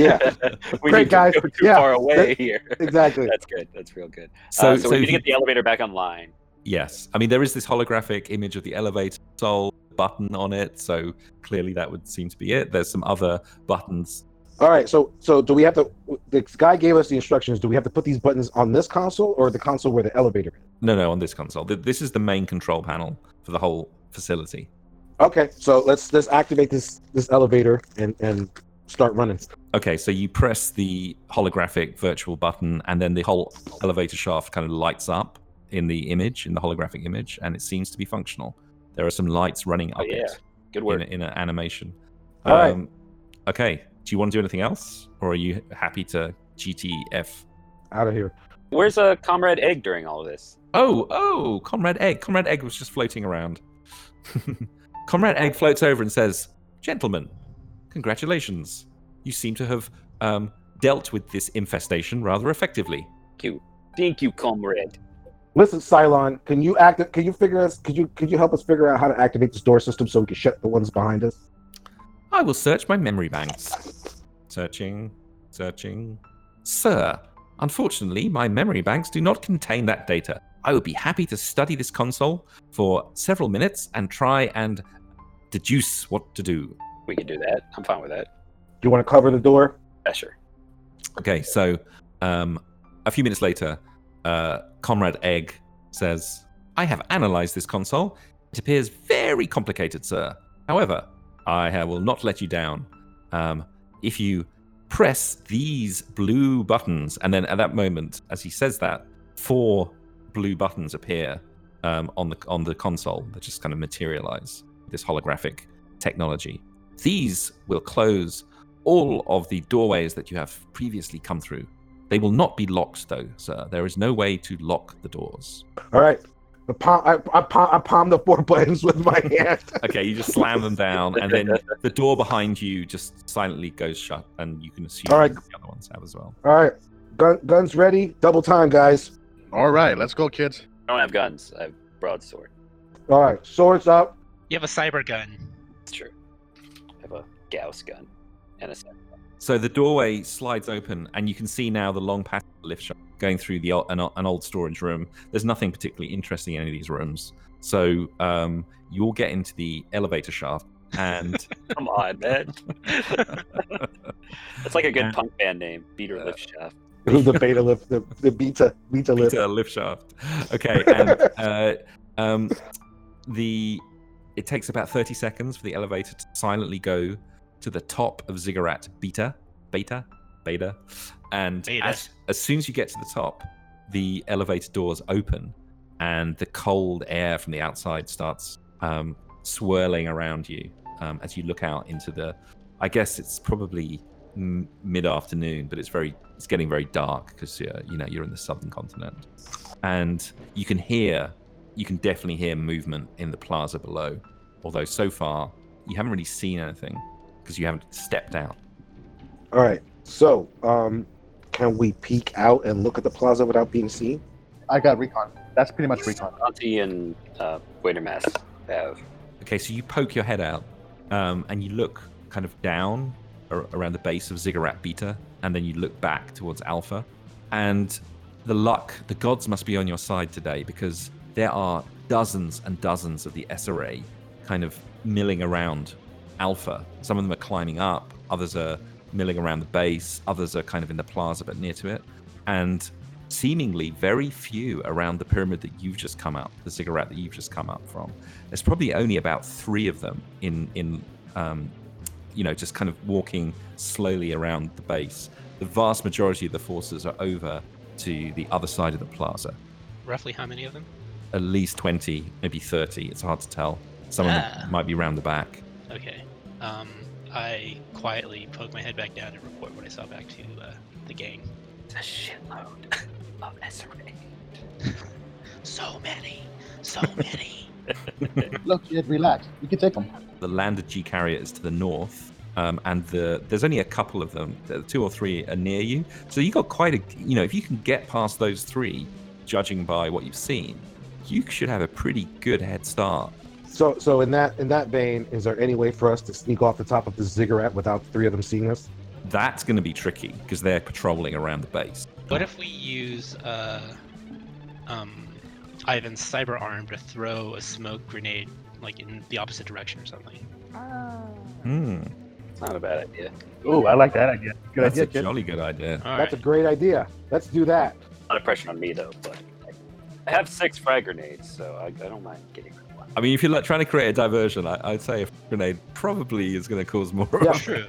[SPEAKER 6] <laughs> Yeah,
[SPEAKER 5] <laughs> we
[SPEAKER 6] Great,
[SPEAKER 5] need to
[SPEAKER 6] guys.
[SPEAKER 5] Go too
[SPEAKER 6] Yeah,
[SPEAKER 5] far away
[SPEAKER 6] that-
[SPEAKER 5] here.
[SPEAKER 6] <laughs> exactly.
[SPEAKER 5] That's good. That's real good.
[SPEAKER 3] So
[SPEAKER 5] uh, so, we need
[SPEAKER 3] if
[SPEAKER 5] to
[SPEAKER 3] you-
[SPEAKER 5] get the elevator back online.
[SPEAKER 3] Yes, I mean there is this holographic image of the elevator soul button on it, so clearly that would seem to be it. There's some other buttons.
[SPEAKER 6] All right, so so do we have to? This guy gave us the instructions. Do we have to put these buttons on this console or the console where the elevator is?
[SPEAKER 3] No, no, on this console. Th- This is the main control panel for the whole facility.
[SPEAKER 6] Okay, so let's let's activate this this elevator and and start running.
[SPEAKER 3] Okay, so you press the holographic virtual button, and then the whole elevator shaft kind of lights up in the image, in the holographic image, and it seems to be functional. There are some lights running up
[SPEAKER 5] Oh, yeah.
[SPEAKER 3] it
[SPEAKER 5] Good
[SPEAKER 3] in,
[SPEAKER 5] work.
[SPEAKER 3] a- in an animation. Um,
[SPEAKER 6] All right.
[SPEAKER 3] Okay, do you want to do anything else, or are you happy to GTF?
[SPEAKER 6] Out of here.
[SPEAKER 5] Where's uh, Comrade Egg during all of this?
[SPEAKER 3] Oh, oh, Comrade Egg. Comrade Egg was just floating around. <laughs> Comrade Egg floats over and says, Gentlemen, congratulations. You seem to have um, dealt with this infestation rather effectively.
[SPEAKER 5] Thank you. Thank you, Comrade.
[SPEAKER 6] Listen, Cylon, can you act? Can you figure us? Could you could you help us figure out how to activate this door system so we can shut the ones behind us?
[SPEAKER 3] I will search my memory banks. Searching, searching. Sir, unfortunately, my memory banks do not contain that data. I would be happy to study this console for several minutes and try and deduce what to do.
[SPEAKER 5] We can do that. I'm fine with that.
[SPEAKER 6] Do you want to cover the door?
[SPEAKER 5] Yeah, sure.
[SPEAKER 3] Okay, so um, a few minutes later, uh, Comrade Egg says, I have analyzed this console. It appears very complicated, sir. However, I ha- will not let you down. Um, if you press these blue buttons, and then at that moment, as he says that, four blue buttons appear um, on the on the console that just kind of materialize this holographic technology. These will close all of the doorways that you have previously come through. They will not be locked, though, sir. There is no way to lock the doors.
[SPEAKER 6] All right. The palm, I, I, palm, I palm the four <laughs> buttons with my hand.
[SPEAKER 3] Okay, you just slam them down, and then the door behind you just silently goes shut, and you can assume
[SPEAKER 6] All right.
[SPEAKER 3] the other ones have as well.
[SPEAKER 6] All right. Gun, guns ready. Double time, guys.
[SPEAKER 4] All right, let's go, kids.
[SPEAKER 5] I don't have guns. I have broadsword.
[SPEAKER 6] All right. Swords up. <laughs>
[SPEAKER 7] You have a cyber gun.
[SPEAKER 5] It's true. I have a Gauss gun and a second.
[SPEAKER 3] So the doorway slides open, and you can see now the long passage lift shaft going through the ol- an, o- an old storage room. There's nothing particularly interesting in any of these rooms. So um, you'll get into the elevator shaft,
[SPEAKER 5] <laughs>
[SPEAKER 3] and
[SPEAKER 5] Come on,
[SPEAKER 6] <laughs>
[SPEAKER 5] man. That's like a good punk band name, Beater
[SPEAKER 3] Uh,
[SPEAKER 5] Lift Shaft.
[SPEAKER 6] the beta lift, the, the beta, beta lift.
[SPEAKER 3] It's a lift shaft. Okay, and uh, um, the it takes about thirty seconds for the elevator to silently go to the top of Ziggurat Beta, Beta, Beta, and
[SPEAKER 7] Beta.
[SPEAKER 3] As, as soon as you get to the top, the elevator doors open, and the cold air from the outside starts um, swirling around you um, as you look out into the. I guess it's probably m- mid-afternoon, but it's very it's getting very dark because uh, you know you're in the southern continent, and you can hear you can definitely hear movement in the plaza below. Although so far you haven't really seen anything because you haven't stepped out.
[SPEAKER 6] All right. So, um, can we peek out and look at the plaza without being seen?
[SPEAKER 4] I got recon. That's pretty much recon.
[SPEAKER 5] Auntie and uh, Waitermass have.
[SPEAKER 3] Okay, so you poke your head out um, and you look kind of down ar- around the base of Ziggurat Beta, and then you look back towards Alpha. And the luck, the gods must be on your side today because there are dozens and dozens of the SRA kind of milling around Alpha. Some of them are climbing up, others are milling around the base, others are kind of in the plaza but near to it. And seemingly very few around the pyramid that you've just come up, the ziggurat that you've just come up from. There's probably only about three of them in in um, you know just kind of walking slowly around the base. The vast majority of the forces are over to the other side of the plaza.
[SPEAKER 7] Roughly how many of them?
[SPEAKER 3] At least 20, maybe 30. It's hard to tell. Some of
[SPEAKER 7] Ah.
[SPEAKER 3] them might be round the back.
[SPEAKER 7] Okay. Um, I quietly poke my head back down and report what I saw back to uh, the gang.
[SPEAKER 5] It's a shitload <laughs> of SRA.
[SPEAKER 7] <laughs> So many, so many.
[SPEAKER 4] Look, kid, relax. You can take them.
[SPEAKER 3] The landed G carrier is to the north, um, and the there's only a couple of them. The Two or three are near you, so you got quite a you know if you can get past those three, judging by what you've seen, you should have a pretty good head start.
[SPEAKER 6] So, so in that in that vein, is there any way for us to sneak off the top of the ziggurat without the three of them seeing us?
[SPEAKER 3] That's going to be tricky because they're patrolling around the base.
[SPEAKER 7] What if we use uh, um, Ivan's cyber arm to throw a smoke grenade like in the opposite direction or something?
[SPEAKER 3] Hmm,
[SPEAKER 5] It's not a bad idea.
[SPEAKER 8] Ooh, I like that idea. Good
[SPEAKER 3] that's
[SPEAKER 8] idea,
[SPEAKER 3] a
[SPEAKER 8] kid.
[SPEAKER 3] jolly good idea.
[SPEAKER 7] All
[SPEAKER 6] That's
[SPEAKER 7] right.
[SPEAKER 6] a great idea. Let's do that.
[SPEAKER 5] A lot of pressure on me, though. But like, I have six frag grenades, so I, I don't mind getting rid of one.
[SPEAKER 3] I mean, if you're like trying to create a diversion, I, I'd say a grenade probably is going to cause more.
[SPEAKER 6] Yeah.
[SPEAKER 7] True.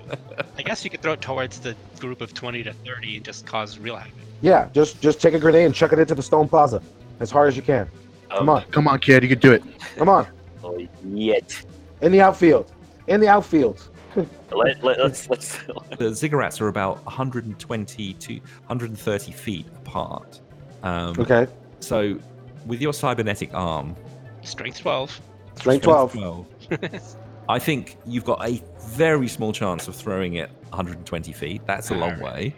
[SPEAKER 7] I guess you could throw it towards the group of 20 to 30 and just cause real havoc.
[SPEAKER 6] Yeah, just just take a grenade and chuck it into the stone plaza as hard as you can.
[SPEAKER 5] Um,
[SPEAKER 6] Come on,
[SPEAKER 4] Come on, kid. You can do it.
[SPEAKER 6] come on.
[SPEAKER 5] Oh, yet.
[SPEAKER 6] In the outfield. In the outfield.
[SPEAKER 5] Let, let, let's, let's,
[SPEAKER 3] <laughs> the ziggurats are about 120 to 130 feet apart. Um,
[SPEAKER 6] Okay.
[SPEAKER 3] So, with your cybernetic arm,
[SPEAKER 7] Strength 12.
[SPEAKER 6] Strength
[SPEAKER 3] strength
[SPEAKER 6] 12.
[SPEAKER 3] 12, I think you've got a very small chance of throwing it 120 feet. That's a long way,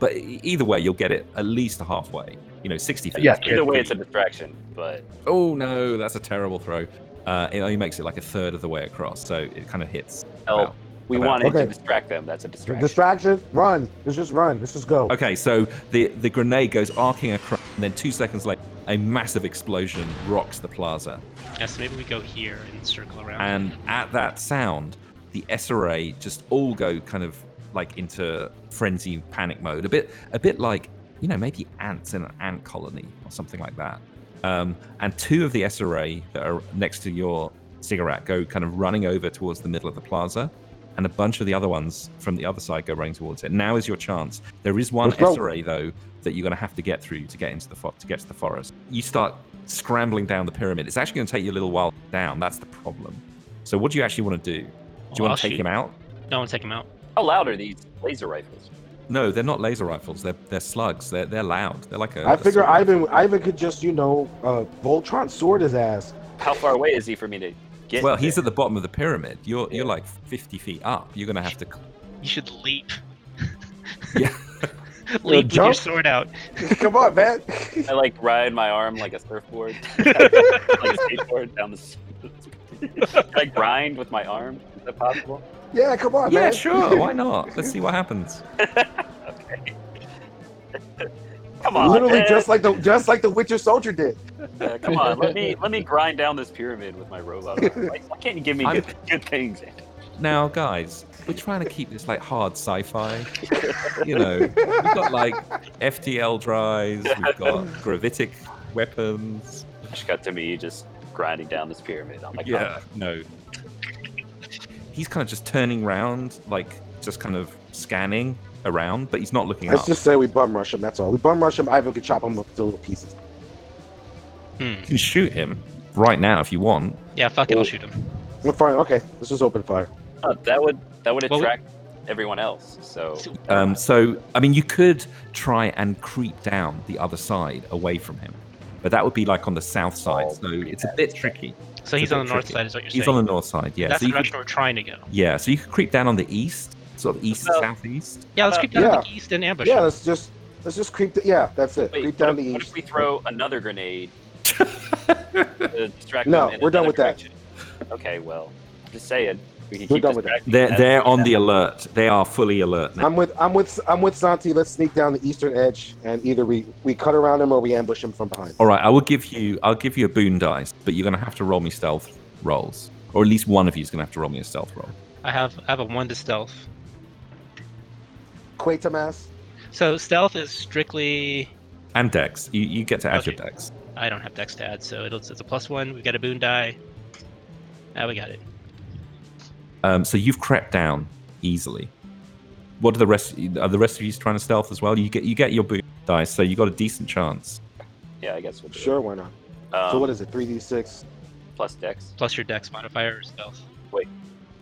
[SPEAKER 3] but e- either way, you'll get it at least halfway. You know, 60 feet.
[SPEAKER 8] Yeah,
[SPEAKER 5] either way, it's a distraction, but
[SPEAKER 3] Oh no, that's a terrible throw. Uh, it only makes it like a third of the way across, so it kind of hits.
[SPEAKER 5] Oh.
[SPEAKER 3] about-
[SPEAKER 5] we
[SPEAKER 3] about-
[SPEAKER 5] wanted
[SPEAKER 6] Okay.
[SPEAKER 5] to distract them. That's a distraction.
[SPEAKER 6] Distraction. Run. Let's just run. Let's just go.
[SPEAKER 3] Okay, so the the grenade goes arcing across, and then two seconds later, a massive explosion rocks the plaza.
[SPEAKER 7] Yeah, so maybe we go here and circle around.
[SPEAKER 3] And at that sound, the SRA just all go kind of like into frenzy panic mode. A bit a bit like, you know, maybe ants in an ant colony or something like that. Um, and two of the SRA that are next to your cigarette go kind of running over towards the middle of the plaza. And a bunch of the other ones from the other side go running towards it. Now is your chance. There is one
[SPEAKER 6] Let's go.
[SPEAKER 3] SRA though that you're going to have to get through to get into the fo- to get to the forest. You start scrambling down the pyramid. It's actually going to take you a little while down. That's the problem. So what do you actually want to do? Do you
[SPEAKER 7] Well, I'll
[SPEAKER 3] want to take
[SPEAKER 7] shoot.
[SPEAKER 3] him out?
[SPEAKER 7] No, I'll take him out.
[SPEAKER 5] How loud are these laser rifles?
[SPEAKER 3] No, they're not laser rifles. They're they're slugs. They're they're loud. They're like a.
[SPEAKER 6] I
[SPEAKER 3] a
[SPEAKER 6] figure
[SPEAKER 3] sword.
[SPEAKER 6] Ivan Ivan could just, you know, uh Voltron sword his ass.
[SPEAKER 5] How far away is he for me to get?
[SPEAKER 3] Well, he's
[SPEAKER 5] there?
[SPEAKER 3] at the bottom of the pyramid. You're you're
[SPEAKER 5] Yeah.
[SPEAKER 3] like 50 feet up. You're gonna
[SPEAKER 6] <laughs>
[SPEAKER 3] have to.
[SPEAKER 7] You should leap. <laughs>
[SPEAKER 3] Yeah.
[SPEAKER 7] leap with your
[SPEAKER 6] jump?
[SPEAKER 7] sword out.
[SPEAKER 6] come on, man.
[SPEAKER 5] I like ride my arm like a
[SPEAKER 6] <laughs>
[SPEAKER 5] surfboard, like a skateboard down the. s- like grind with my arm. Is that possible?
[SPEAKER 6] Yeah, come on,
[SPEAKER 3] Yeah,
[SPEAKER 6] man.
[SPEAKER 3] sure. Why
[SPEAKER 6] <laughs>
[SPEAKER 3] not? Let's see what happens.
[SPEAKER 5] Come on,
[SPEAKER 6] Literally
[SPEAKER 5] man.
[SPEAKER 6] just like the just like the Witcher soldier did.
[SPEAKER 5] Yeah, come on, let me let me grind down this pyramid with my robot. arm. Like, why can't you give me
[SPEAKER 3] I'm-
[SPEAKER 5] good, good things?
[SPEAKER 3] Now, guys, we're trying to keep this like hard sci-fi. You know, we've got like FTL drives. We've got gravitic weapons.
[SPEAKER 5] Just cut to me just grinding down this pyramid. I'm like,
[SPEAKER 3] yeah, no. He's kind of just turning round, like just kind of scanning around, but he's not looking
[SPEAKER 6] Let's
[SPEAKER 3] up.
[SPEAKER 6] just say we bum rush him. That's all. We bum rush him. Ivan can chop him up to little pieces.
[SPEAKER 7] Hmm.
[SPEAKER 3] You can shoot him right now if you want.
[SPEAKER 7] Yeah, fuck it, I'll shoot him.
[SPEAKER 6] Well, fine. Okay, let's just open fire.
[SPEAKER 5] "Oh, that would that would
[SPEAKER 7] Well, we-
[SPEAKER 5] attract everyone else. So
[SPEAKER 7] So-
[SPEAKER 3] Um, so, I mean, you could try and creep down the other side away from him, but that would be like on the south side, so it's a bit tricky.
[SPEAKER 7] So he's
[SPEAKER 3] a bit
[SPEAKER 7] on the north
[SPEAKER 3] tricky.
[SPEAKER 7] side, is what you're
[SPEAKER 3] He's
[SPEAKER 7] saying.
[SPEAKER 3] on the north side, yeah.
[SPEAKER 7] That's
[SPEAKER 3] So
[SPEAKER 7] the
[SPEAKER 3] you could,
[SPEAKER 7] direction we're trying to go.
[SPEAKER 3] yeah, so you could creep down on the east, sort of east
[SPEAKER 5] Well-
[SPEAKER 3] southeast.
[SPEAKER 7] Yeah, let's
[SPEAKER 5] Uh,
[SPEAKER 7] creep down
[SPEAKER 6] yeah.
[SPEAKER 7] the east and ambush.
[SPEAKER 6] Yeah,
[SPEAKER 7] him.
[SPEAKER 6] let's just let's just creep. The, yeah, that's it.
[SPEAKER 5] wait,
[SPEAKER 6] creep
[SPEAKER 5] what,
[SPEAKER 6] down
[SPEAKER 5] if,
[SPEAKER 6] the
[SPEAKER 5] what
[SPEAKER 6] east.
[SPEAKER 5] if we throw another
[SPEAKER 3] <laughs>
[SPEAKER 5] grenade? to distract
[SPEAKER 6] No,
[SPEAKER 5] them in
[SPEAKER 6] we're done
[SPEAKER 5] another
[SPEAKER 6] with that.
[SPEAKER 5] direction? Okay, well, I'm just saying we can
[SPEAKER 6] We're
[SPEAKER 5] keep
[SPEAKER 6] done with that.
[SPEAKER 5] distracting
[SPEAKER 3] They're
[SPEAKER 5] them.
[SPEAKER 3] they're on the alert. They are fully alert now.
[SPEAKER 6] I'm with I'm with I'm with Santi. Let's sneak down the eastern edge, and either we we cut around him or we ambush him from behind.
[SPEAKER 3] All right, I will give you. I'll give you a boon dice, but you're going to have to roll me stealth rolls, or at least one of you is going to have to roll me a stealth roll.
[SPEAKER 7] I have I have a one to stealth.
[SPEAKER 6] Quatermass.
[SPEAKER 7] So stealth is strictly
[SPEAKER 3] And dex, you, you get to add your
[SPEAKER 7] Okay.
[SPEAKER 3] dex.
[SPEAKER 7] I don't have dex to add, so it'll, it's a plus one. We've got a boon die. Now we got it.
[SPEAKER 3] Um, so you've crept down easily. What are the rest? Are the rest of you trying to stealth as well? You get you get your boon dice, so you got a decent chance.
[SPEAKER 5] Yeah, I guess we'll do
[SPEAKER 6] Sure, why not?
[SPEAKER 5] It. Um,
[SPEAKER 6] so what is it? Three d six.
[SPEAKER 5] plus Dex?
[SPEAKER 7] Plus your dex modifier or stealth.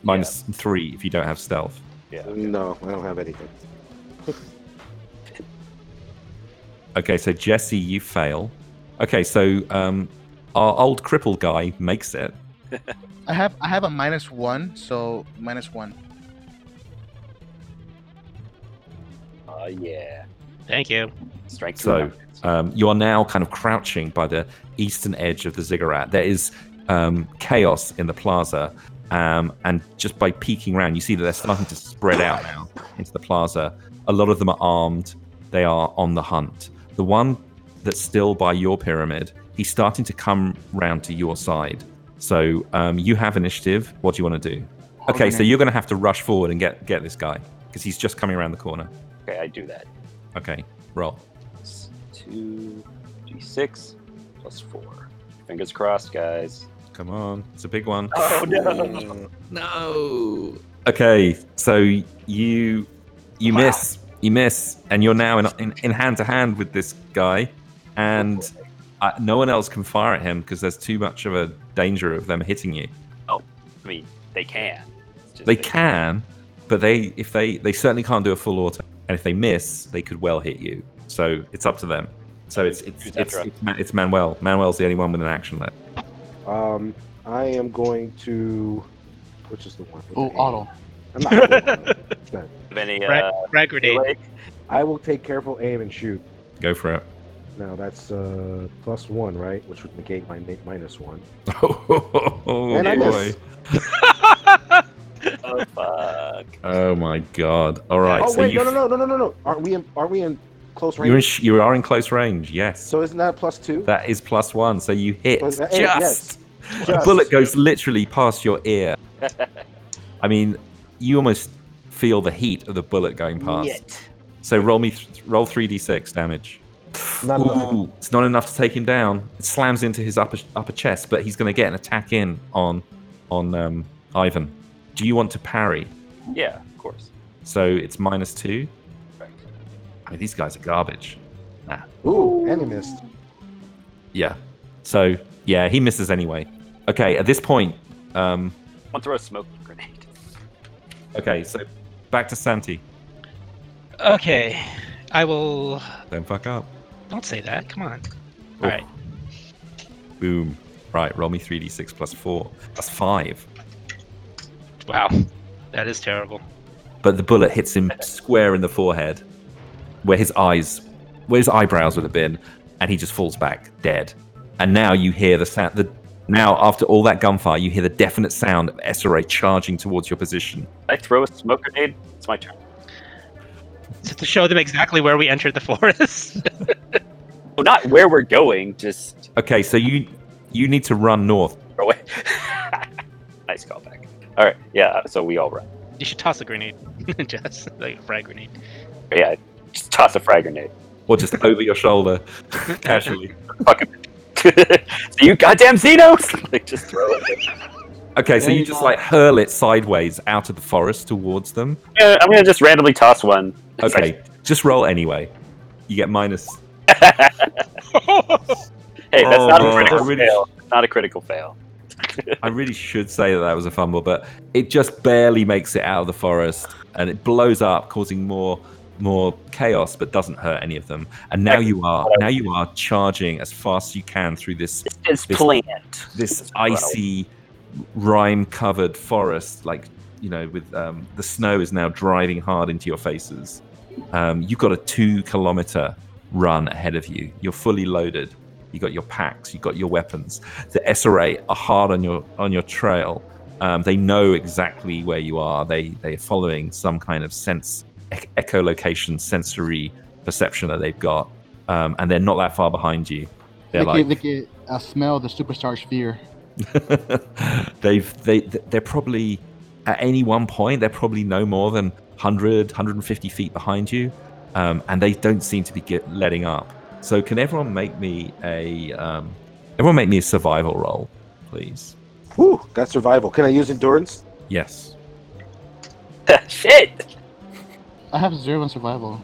[SPEAKER 3] Minus three if you don't have stealth.
[SPEAKER 5] Yeah.
[SPEAKER 6] No, I don't have anything.
[SPEAKER 3] Okay, so Jesse, you fail. Okay, so um, our old cripple guy makes it.
[SPEAKER 4] I have I have a minus one, so minus one.
[SPEAKER 5] Uh, yeah.
[SPEAKER 7] Thank you.
[SPEAKER 5] Strength.
[SPEAKER 3] So,
[SPEAKER 5] reduction.
[SPEAKER 3] Um, you are now kind of crouching by the eastern edge of the ziggurat. There is um, chaos in the plaza. Um, and just by peeking around, you see that they're starting to spread out now into the plaza. A lot of them are armed. They are on the hunt. The one that's still by your pyramid, he's starting to come round to your side. So um, you have initiative. What do you want to do? Okay, so you're going to have to rush forward and get, get this guy because he's just coming around the corner.
[SPEAKER 5] okay, I do that.
[SPEAKER 3] Okay, roll.
[SPEAKER 5] It's two, d6, plus four. Fingers crossed, guys.
[SPEAKER 3] Come on. It's a big one.
[SPEAKER 5] Oh
[SPEAKER 3] No. Okay, so you you miss, you miss, and you're now in in- in hand to hand with this guy, and uh, no one else can fire at him because there's too much of a danger of them hitting you.
[SPEAKER 5] I mean, they can. It's just
[SPEAKER 3] They can, but they if they they certainly can't do a full auto, and if they miss, they could well hit you. So it's up to them. So it's it's
[SPEAKER 5] Who's
[SPEAKER 3] it's,
[SPEAKER 5] after us?
[SPEAKER 3] it's, Ma- it's Manuel. Manuel's the only one with an action left.
[SPEAKER 6] Um, I am going to. Which is the one? with
[SPEAKER 4] Oh,
[SPEAKER 6] the-
[SPEAKER 4] auto.
[SPEAKER 6] I'm
[SPEAKER 5] <laughs>
[SPEAKER 6] not.
[SPEAKER 5] Have any,
[SPEAKER 7] Right.
[SPEAKER 5] uh,
[SPEAKER 7] Frag grenade. <laughs>
[SPEAKER 5] melee?
[SPEAKER 6] I will take careful aim and shoot.
[SPEAKER 3] Go for it. <laughs>
[SPEAKER 6] Now that's uh plus one, right? Which would negate my mi- minus one.
[SPEAKER 3] Oh,
[SPEAKER 6] And I
[SPEAKER 3] boy.
[SPEAKER 6] miss.
[SPEAKER 5] Oh, fuck.
[SPEAKER 3] Oh my god. All right.
[SPEAKER 6] oh
[SPEAKER 3] so
[SPEAKER 6] wait,
[SPEAKER 3] you
[SPEAKER 6] no, no, no, no, no, no, no. Aren't we in? Aren't we in close range?
[SPEAKER 3] You're in, sh- you are in close range, yes.
[SPEAKER 6] so isn't that plus two?
[SPEAKER 3] that is plus one, so you hit.
[SPEAKER 6] Plus- eh,
[SPEAKER 3] just.
[SPEAKER 6] yes.
[SPEAKER 3] A
[SPEAKER 6] Just.
[SPEAKER 3] bullet goes literally past your
[SPEAKER 6] <laughs>
[SPEAKER 3] ear. I mean, you almost feel the heat of the bullet going past. So roll me, th- roll three d six damage.
[SPEAKER 6] Not enough.
[SPEAKER 3] Ooh, it's not enough to take him down. It slams into his upper upper chest, but he's going to get an attack in on on um, Ivan. Do you want to parry?
[SPEAKER 5] Yeah, of course.
[SPEAKER 3] So it's minus two.
[SPEAKER 5] Right.
[SPEAKER 3] I mean, these guys are garbage.
[SPEAKER 6] Ooh, and he missed.
[SPEAKER 3] Yeah. So yeah, he misses anyway. Okay, at this point, um,
[SPEAKER 5] I want to throw a smoke grenade. <laughs>
[SPEAKER 3] okay, so back to Santi.
[SPEAKER 7] Okay. I will.
[SPEAKER 3] Don't fuck up.
[SPEAKER 7] Don't say that. Come on.
[SPEAKER 3] Oh.
[SPEAKER 7] All right.
[SPEAKER 3] Boom. Right, roll me three d six plus four. That's five.
[SPEAKER 7] Wow. That is terrible.
[SPEAKER 3] But the bullet hits him square in the forehead, where his eyes, where his eyebrows would have been, and he just falls back dead. And now you hear the sound. The now after all that gunfire, you hear the definite sound of SRA charging towards your position
[SPEAKER 5] I throw a smoke grenade? It's my turn.
[SPEAKER 7] Is it to show them exactly where we entered the <laughs> forest?
[SPEAKER 5] Well, not where we're going, just
[SPEAKER 3] Okay, so you you need to run north.
[SPEAKER 5] throw away. <laughs> nice callback. All right, yeah. So we all run.
[SPEAKER 7] you should toss a grenade, <laughs> Jess, like a frag grenade.
[SPEAKER 5] Yeah, just toss a frag grenade. <laughs>
[SPEAKER 3] Or just over your shoulder casually.
[SPEAKER 5] so you goddamn Xenos! <laughs> like just throw it.
[SPEAKER 3] Okay, so you just like hurl it sideways out of the forest towards them.
[SPEAKER 5] Yeah, I'm gonna just randomly toss one. It's <laughs> like-
[SPEAKER 3] Okay, just roll anyway. You get minus
[SPEAKER 5] hey, that's
[SPEAKER 3] Oh,
[SPEAKER 5] not a
[SPEAKER 3] no.
[SPEAKER 5] critical
[SPEAKER 3] I really-
[SPEAKER 5] fail. It's not a critical fail.
[SPEAKER 3] I really should say that that was a fumble, but it just barely makes it out of the forest and it blows up, causing more more chaos, but doesn't hurt any of them. And now you are now you are charging as fast as you can through this
[SPEAKER 5] It's
[SPEAKER 3] This-
[SPEAKER 5] planned.
[SPEAKER 3] this
[SPEAKER 5] Run away.
[SPEAKER 3] icy rime covered forest, like you know, with um, the snow is now driving hard into your faces. Um, you've got a two kilometer run ahead of you. You're fully loaded. You got your packs. You got your weapons. The SRA are hard on your on your trail. Um, they know exactly where you are. They they are following some kind of sense ec- echolocation, sensory perception that they've got, um, and they're not that far behind you. They're like
[SPEAKER 4] Vicky, I uh, smell the superstar's fear.
[SPEAKER 3] <laughs> they've they th- they're probably at any one point they're probably no more than 100 150 feet behind you um, and they don't seem to be get, letting up so can everyone make me a um, everyone make me a survival roll please
[SPEAKER 6] Whew, got survival. Can I use endurance?
[SPEAKER 3] yes
[SPEAKER 5] <laughs> Shit!
[SPEAKER 4] I have zero in survival.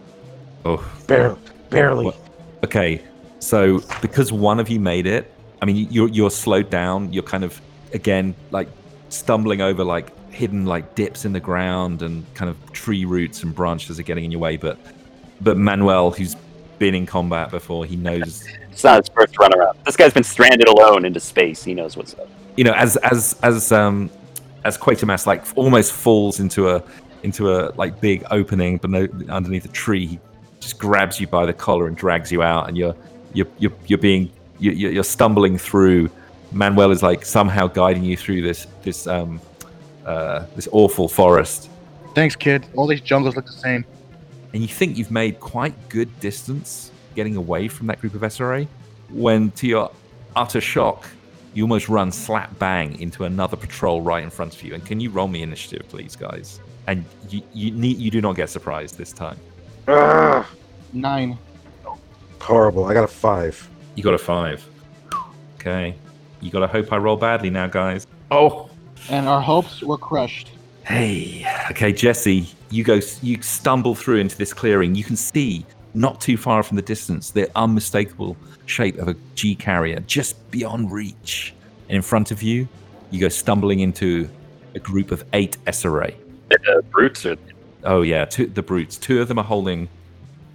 [SPEAKER 3] oh
[SPEAKER 6] Barely. Barely.
[SPEAKER 3] What? Okay, so because one of you made it, I mean, you're you're slowed down. You're kind of again like stumbling over like hidden like dips in the ground and kind of tree roots and branches are getting in your way. But but Manuel, who's been in combat before, he knows.
[SPEAKER 5] It's not his first run around. This guy's been stranded alone into space. He knows what's up.
[SPEAKER 3] You know, as as as um as Quatermass like almost falls into a into a like big opening, but no, underneath a tree, he just grabs you by the collar and drags you out, and you're you're you're, you're being you're, you're you're stumbling through. Manuel is like somehow guiding you through this this um uh, this awful forest,
[SPEAKER 4] Thanks, kid. All these jungles look the same.
[SPEAKER 3] and you think you've made quite good distance getting away from that group of SRA, when to your utter shock, you almost run slap bang into another patrol right in front of you. And can you roll me initiative, please, guys? And you you need you do not get surprised this time.
[SPEAKER 6] Ah,
[SPEAKER 4] Nine.
[SPEAKER 6] horrible. I got a five.
[SPEAKER 3] You got a five. Okay. You got to hope I roll badly now, guys. Oh.
[SPEAKER 4] And our hopes were crushed.
[SPEAKER 3] Hey. Okay, Jesse, you go. You stumble through into this clearing. You can see not too far from the distance the unmistakable shape of a G carrier just beyond reach. And in front of you, you go stumbling into a group of eight SRA.
[SPEAKER 5] The brutes are
[SPEAKER 3] Oh yeah, two, the brutes. Two of them are holding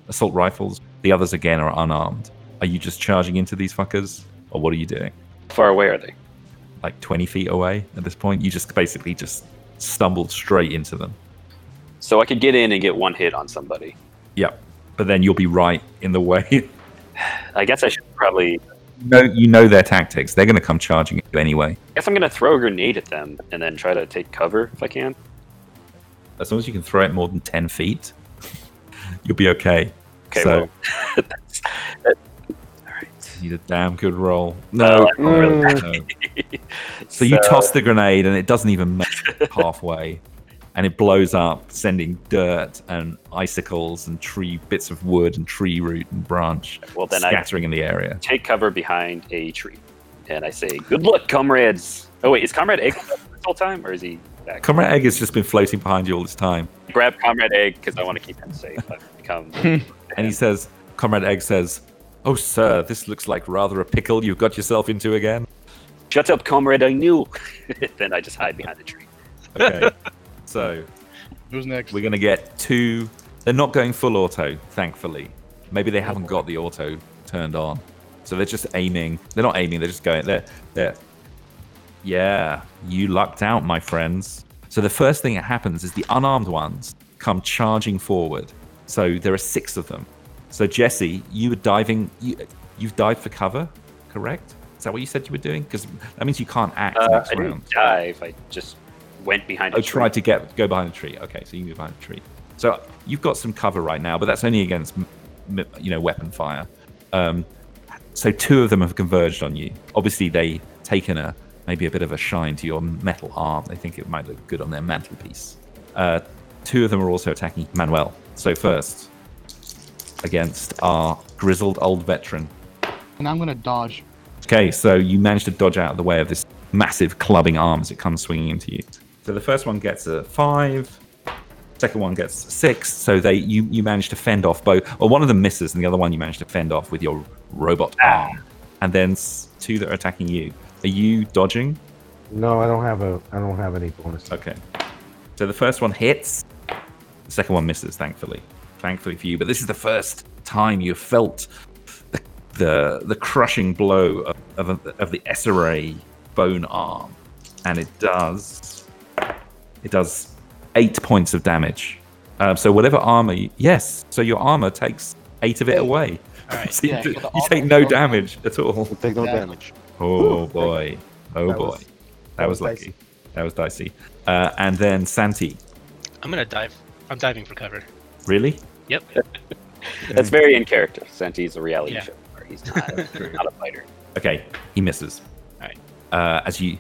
[SPEAKER 3] assault rifles. The others again are unarmed. Are you just charging into these fuckers, or what are you doing?
[SPEAKER 5] how far away are they?
[SPEAKER 3] like 20 feet away at this point. You just basically just stumbled straight into them.
[SPEAKER 5] So I could get in and get one hit on somebody.
[SPEAKER 3] Yeah. But then you'll be right in the way. <laughs>
[SPEAKER 5] I guess I should probably.
[SPEAKER 3] no, you know their tactics. They're going to come charging at you anyway.
[SPEAKER 5] I guess I'm gonna throw a grenade at them and then try to take cover if I can.
[SPEAKER 3] As long as you can throw it more than 10 feet, <laughs> you'll be okay.
[SPEAKER 5] Okay,
[SPEAKER 3] so
[SPEAKER 5] well,
[SPEAKER 3] <laughs>
[SPEAKER 5] that's, that, all right.
[SPEAKER 3] you need a damn good roll. No.
[SPEAKER 5] I don't really-
[SPEAKER 6] Mm.
[SPEAKER 3] no. So you
[SPEAKER 5] uh,
[SPEAKER 3] toss the grenade and it doesn't even make it halfway.
[SPEAKER 5] <laughs>
[SPEAKER 3] And it blows up, sending dirt and icicles and tree bits of wood and tree root and branch
[SPEAKER 5] Well, then I
[SPEAKER 3] scattering in the area.
[SPEAKER 5] take cover behind a tree, and I say, "Good luck, comrades." Oh wait, is Comrade Egg this whole time, or is he back?
[SPEAKER 3] Comrade Egg has just been floating behind you all this time.
[SPEAKER 5] Grab Comrade Egg because I want to keep him safe. I've become.
[SPEAKER 3] And he says, Comrade Egg says, Oh, sir, this looks like rather a pickle you've got yourself into again.
[SPEAKER 5] Shut up, Comrade! I knew. <laughs> then I just hide behind the tree.
[SPEAKER 3] Okay. so
[SPEAKER 4] Who's next?
[SPEAKER 3] we're going to get two. They're not going full auto, thankfully. Maybe they haven't got the auto turned on. So they're just aiming. They're not aiming, they're just going. They're, they're, yeah, you lucked out, my friends. So the first thing that happens is the unarmed ones come charging forward. So there are six of them. So Jesse, you were diving. You, you've dived for cover, correct? Is that what you said you were doing? Because that means you can't act
[SPEAKER 5] Uh,
[SPEAKER 3] next
[SPEAKER 5] I
[SPEAKER 3] round.
[SPEAKER 5] didn't dive. I just went behind a
[SPEAKER 3] Oh,
[SPEAKER 5] tree.
[SPEAKER 3] tried to get go behind a tree. Okay, so you can go behind a tree. So you've got some cover right now, but that's only against m- m- you know weapon fire. Um, so two of them have converged on you. Obviously, they taken a maybe a bit of a shine to your metal arm. They think it might look good on their mantelpiece. Uh, two of them are also attacking Manuel. So first against our grizzled old veteran.
[SPEAKER 4] And I'm gonna dodge.
[SPEAKER 3] Okay, so you manage to dodge out of the way of this massive clubbing arm as it comes swinging into you. So the first one gets a five, second one gets a six. So they you you manage to fend off both. Well, one of them misses, and the other one you manage to fend off with your robot arm. And then s- two that are attacking you. Are you dodging?
[SPEAKER 6] Mm, No, I don't have a. I don't have any bonus.
[SPEAKER 3] Okay. So the first one hits. The second one misses, thankfully. Thankfully for you. But this is the first time you've felt the the, the crushing blow of, of, of the SRA bone arm. And it does. It does eight points of damage. Um, so whatever armor. You, yes. So your armor takes eight of it away.
[SPEAKER 7] Alright.
[SPEAKER 3] <laughs> So you,
[SPEAKER 4] Yeah,
[SPEAKER 3] do-
[SPEAKER 4] so the
[SPEAKER 3] you take
[SPEAKER 4] armor-
[SPEAKER 3] no damage at all.
[SPEAKER 6] We'll take no
[SPEAKER 4] Yeah.
[SPEAKER 6] damage.
[SPEAKER 3] Oh boy. Oh
[SPEAKER 6] that
[SPEAKER 3] boy.
[SPEAKER 6] was-
[SPEAKER 3] that was, lucky.
[SPEAKER 6] dicey.
[SPEAKER 3] That was dicey. Uh, and then Santi.
[SPEAKER 7] I'm gonna dive. I'm diving for cover.
[SPEAKER 3] Really?
[SPEAKER 7] Yep.
[SPEAKER 5] That's very in character. Santi's a reality
[SPEAKER 7] Yeah.
[SPEAKER 5] show.
[SPEAKER 3] <laughs>
[SPEAKER 5] He's not, not a fighter.
[SPEAKER 3] Okay, he misses.
[SPEAKER 7] Alright.
[SPEAKER 3] Uh, as you,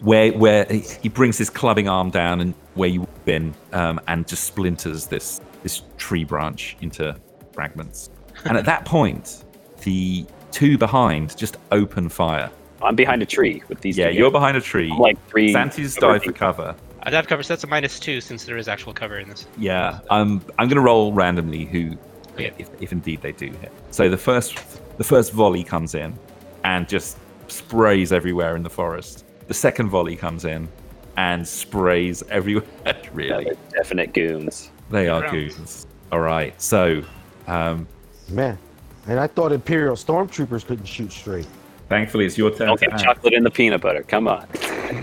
[SPEAKER 3] where where he brings his clubbing arm down and where you've been, um, and just splinters this this tree branch into fragments. And at that point, the two behind just open fire.
[SPEAKER 5] I'm behind a tree with these.
[SPEAKER 3] Yeah,
[SPEAKER 5] two
[SPEAKER 3] you're
[SPEAKER 5] guys.
[SPEAKER 3] behind a tree.
[SPEAKER 5] I'm like three.
[SPEAKER 3] Santi's
[SPEAKER 5] over
[SPEAKER 3] dive for
[SPEAKER 5] deep.
[SPEAKER 3] cover.
[SPEAKER 7] I dive cover, so that's a minus two since there is actual cover in this.
[SPEAKER 3] Yeah, um, I'm going to roll randomly who,
[SPEAKER 7] Okay.
[SPEAKER 3] if, if indeed they do hit. So the first, the first volley comes in, and just sprays everywhere in the forest. The second volley comes in, and sprays everywhere. <laughs>
[SPEAKER 5] Yeah,
[SPEAKER 3] really,
[SPEAKER 5] they're definite goons.
[SPEAKER 3] they are
[SPEAKER 7] Rounds.
[SPEAKER 3] goons. All right, so um,
[SPEAKER 6] Man, and I thought Imperial stormtroopers couldn't shoot straight.
[SPEAKER 3] thankfully it's your turn. Uh,
[SPEAKER 5] Don't
[SPEAKER 3] to
[SPEAKER 5] get
[SPEAKER 3] act.
[SPEAKER 5] chocolate in the peanut butter. Come on,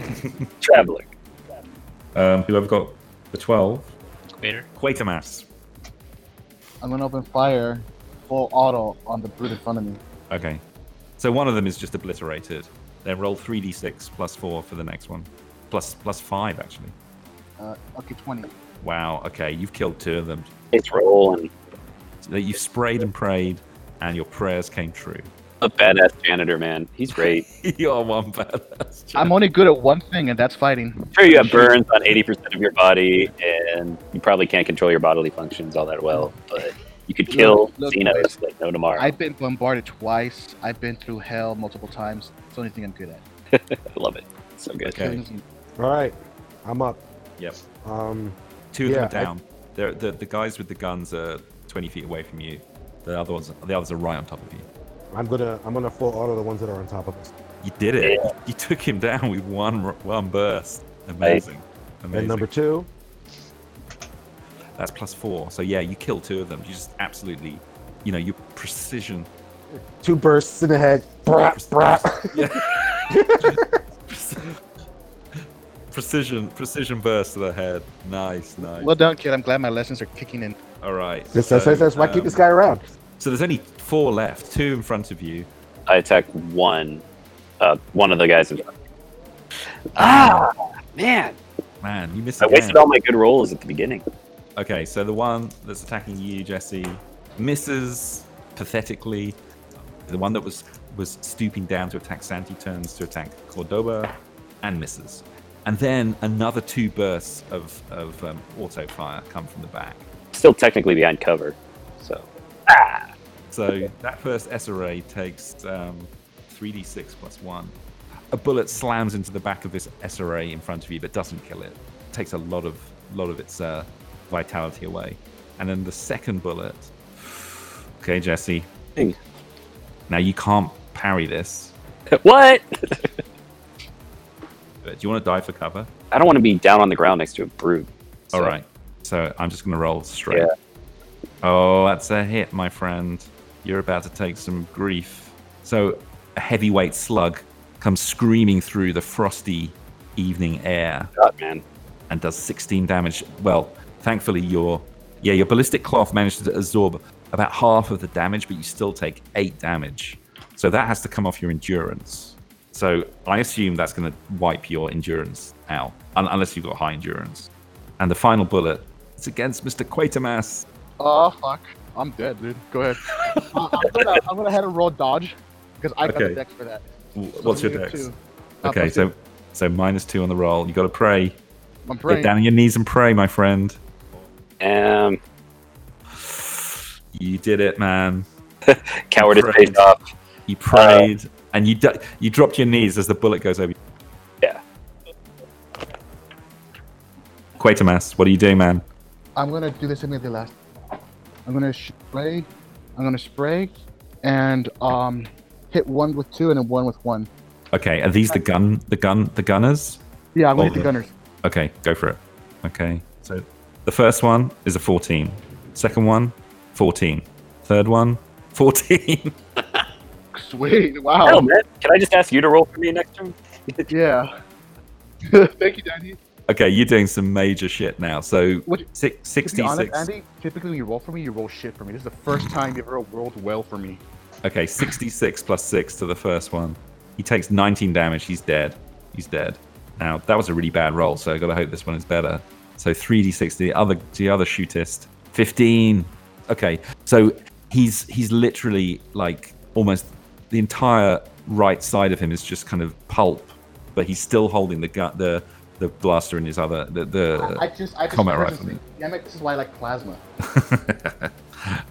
[SPEAKER 5] <laughs> traveler.
[SPEAKER 3] Um, whoever got the twelve,
[SPEAKER 7] Waiter.
[SPEAKER 3] Quatermass.
[SPEAKER 4] I'm gonna open fire, full auto on the brute in front of me.
[SPEAKER 3] Okay, so one of them is just obliterated. Then roll three d six plus four for the next one, plus plus five actually.
[SPEAKER 4] Uh, okay, 20.
[SPEAKER 3] Wow. Okay, you've killed two of them.
[SPEAKER 5] It's rolling.
[SPEAKER 3] That you've sprayed and prayed, and your prayers came true. <laughs>
[SPEAKER 5] A badass janitor, man. He's great.
[SPEAKER 3] You're one badass. Jack.
[SPEAKER 4] I'm only good at one thing, and that's fighting.
[SPEAKER 5] Sure, you have burns on 80% of your body, and you probably can't control your bodily functions all that well, but you could kill
[SPEAKER 4] Look, look,
[SPEAKER 5] Xenos like no tomorrow. I
[SPEAKER 4] I've been bombarded twice. I've been through hell multiple times. It's the only thing I'm good at.
[SPEAKER 5] love it. So good.
[SPEAKER 3] Okay.
[SPEAKER 4] Killing is-
[SPEAKER 6] All right, I'm up.
[SPEAKER 3] Yep.
[SPEAKER 6] Um,
[SPEAKER 3] Two of them
[SPEAKER 6] Yeah,
[SPEAKER 3] are
[SPEAKER 6] I-
[SPEAKER 3] down. They're, the the guys with the guns are 20 feet away from you. The other ones, the others are right on top of you.
[SPEAKER 6] I'm gonna I'm gonna full auto the ones that are on top of us.
[SPEAKER 3] You did it. You, you took him down with one r- one burst. Amazing. Amazing.
[SPEAKER 6] And number two,
[SPEAKER 3] That's plus four. So yeah, you kill two of them. You just absolutely, you know, your precision
[SPEAKER 6] two bursts in the head. Brap, <laughs> brap.
[SPEAKER 3] precision precision burst to the head. Nice, nice.
[SPEAKER 4] Well done, kid. I'm glad my lessons are kicking in.
[SPEAKER 3] All right.
[SPEAKER 6] That's, that's,
[SPEAKER 3] so,
[SPEAKER 6] that's, that's why I keep
[SPEAKER 3] um,
[SPEAKER 6] this guy around.
[SPEAKER 3] So there's only four left, two in front of you.
[SPEAKER 5] I attack one, uh, one of the guys. In- ah, man.
[SPEAKER 3] Man, you missed
[SPEAKER 5] I
[SPEAKER 3] again.
[SPEAKER 5] wasted all my good rolls at the beginning.
[SPEAKER 3] Okay, so the one that's attacking you, Jesse, misses pathetically. The one that was was stooping down to attack Santi turns to attack Cordoba and misses. And then another two bursts of, of um, auto fire come from the back.
[SPEAKER 5] Still technically behind cover. So, <laughs>
[SPEAKER 3] So that first SRA takes um, 3d6 plus 1. A bullet slams into the back of this SRA in front of you, but doesn't kill it. Takes a lot of lot of its uh, vitality away. And then the second bullet. Okay, Jesse.
[SPEAKER 5] Hey.
[SPEAKER 3] Now you can't parry this.
[SPEAKER 5] what?
[SPEAKER 3] But do you want to die for cover?
[SPEAKER 5] I don't want to be down on the ground next to a brute. So,
[SPEAKER 3] All right. So I'm just going to roll straight.
[SPEAKER 5] Yeah.
[SPEAKER 3] Oh, that's a hit, my friend. You're about to take some grief. So a heavyweight slug comes screaming through the frosty evening air
[SPEAKER 5] God, man.
[SPEAKER 3] and does 16 damage. Well, thankfully your yeah, your ballistic cloth managed to absorb about half of the damage, but you still take 8 damage. So that has to come off your endurance. So I assume that's going to wipe your endurance out, un- unless you've got high endurance. And the final bullet, it's against Mr. Quatermass.
[SPEAKER 4] Oh fuck! I'm dead, dude. Go ahead. uh, <laughs> I'm gonna I'm gonna head and roll dodge because I got
[SPEAKER 3] Okay.
[SPEAKER 4] the deck for that.
[SPEAKER 3] W-
[SPEAKER 4] So
[SPEAKER 3] What's your
[SPEAKER 4] negative
[SPEAKER 3] dex?
[SPEAKER 4] two. Uh,
[SPEAKER 3] Okay,
[SPEAKER 4] plus
[SPEAKER 3] so so minus two on the roll. You got to pray.
[SPEAKER 4] two. my
[SPEAKER 3] Get
[SPEAKER 4] brain.
[SPEAKER 3] down on your knees and pray, my friend.
[SPEAKER 5] Um,
[SPEAKER 3] You did it, man.
[SPEAKER 5] coward is
[SPEAKER 3] Right.
[SPEAKER 5] paid off.
[SPEAKER 3] You prayed, and you du- you dropped your knees as the bullet goes over. you.
[SPEAKER 5] Yeah.
[SPEAKER 3] Quatermass, what are you doing, man?
[SPEAKER 4] I'm gonna do the same thing as the last. I'm gonna spray. I'm gonna spray, and um, hit one with two and then one with one.
[SPEAKER 3] Okay, are these the gun the gun the gunners?
[SPEAKER 4] Yeah, I'm gonna hit the
[SPEAKER 3] Hold
[SPEAKER 4] gunners.
[SPEAKER 3] Okay, go for it. Okay, so the first one is a 14. Second one, 14. Third one, <laughs> 14.
[SPEAKER 4] Sweet.
[SPEAKER 5] Oh,
[SPEAKER 4] Wow.
[SPEAKER 5] man. Can I just ask you to roll for me next turn?
[SPEAKER 4] Yeah. <laughs> Thank you, Danny.
[SPEAKER 3] okay, you're doing some major shit now. So
[SPEAKER 4] Would-
[SPEAKER 3] six,
[SPEAKER 4] To be honest,
[SPEAKER 3] 66.
[SPEAKER 4] Andy, typically when you roll for me, you roll shit for me. This is the first time you ever rolled well for me.
[SPEAKER 3] Okay, 66 plus 6 to the first one. He takes 19 damage. He's dead. He's dead. Now, that was a really bad roll, so i got to hope this one is better. So 3d6 to the other to the other shootist. 15. Okay. So he's he's literally like almost the entire right side of him is just kind of pulp, but he's still holding the gun the the blaster in his other the, the
[SPEAKER 4] I just, I just.
[SPEAKER 3] combat
[SPEAKER 4] I just-
[SPEAKER 3] rifle.
[SPEAKER 4] Damn it! This is why I like plasma.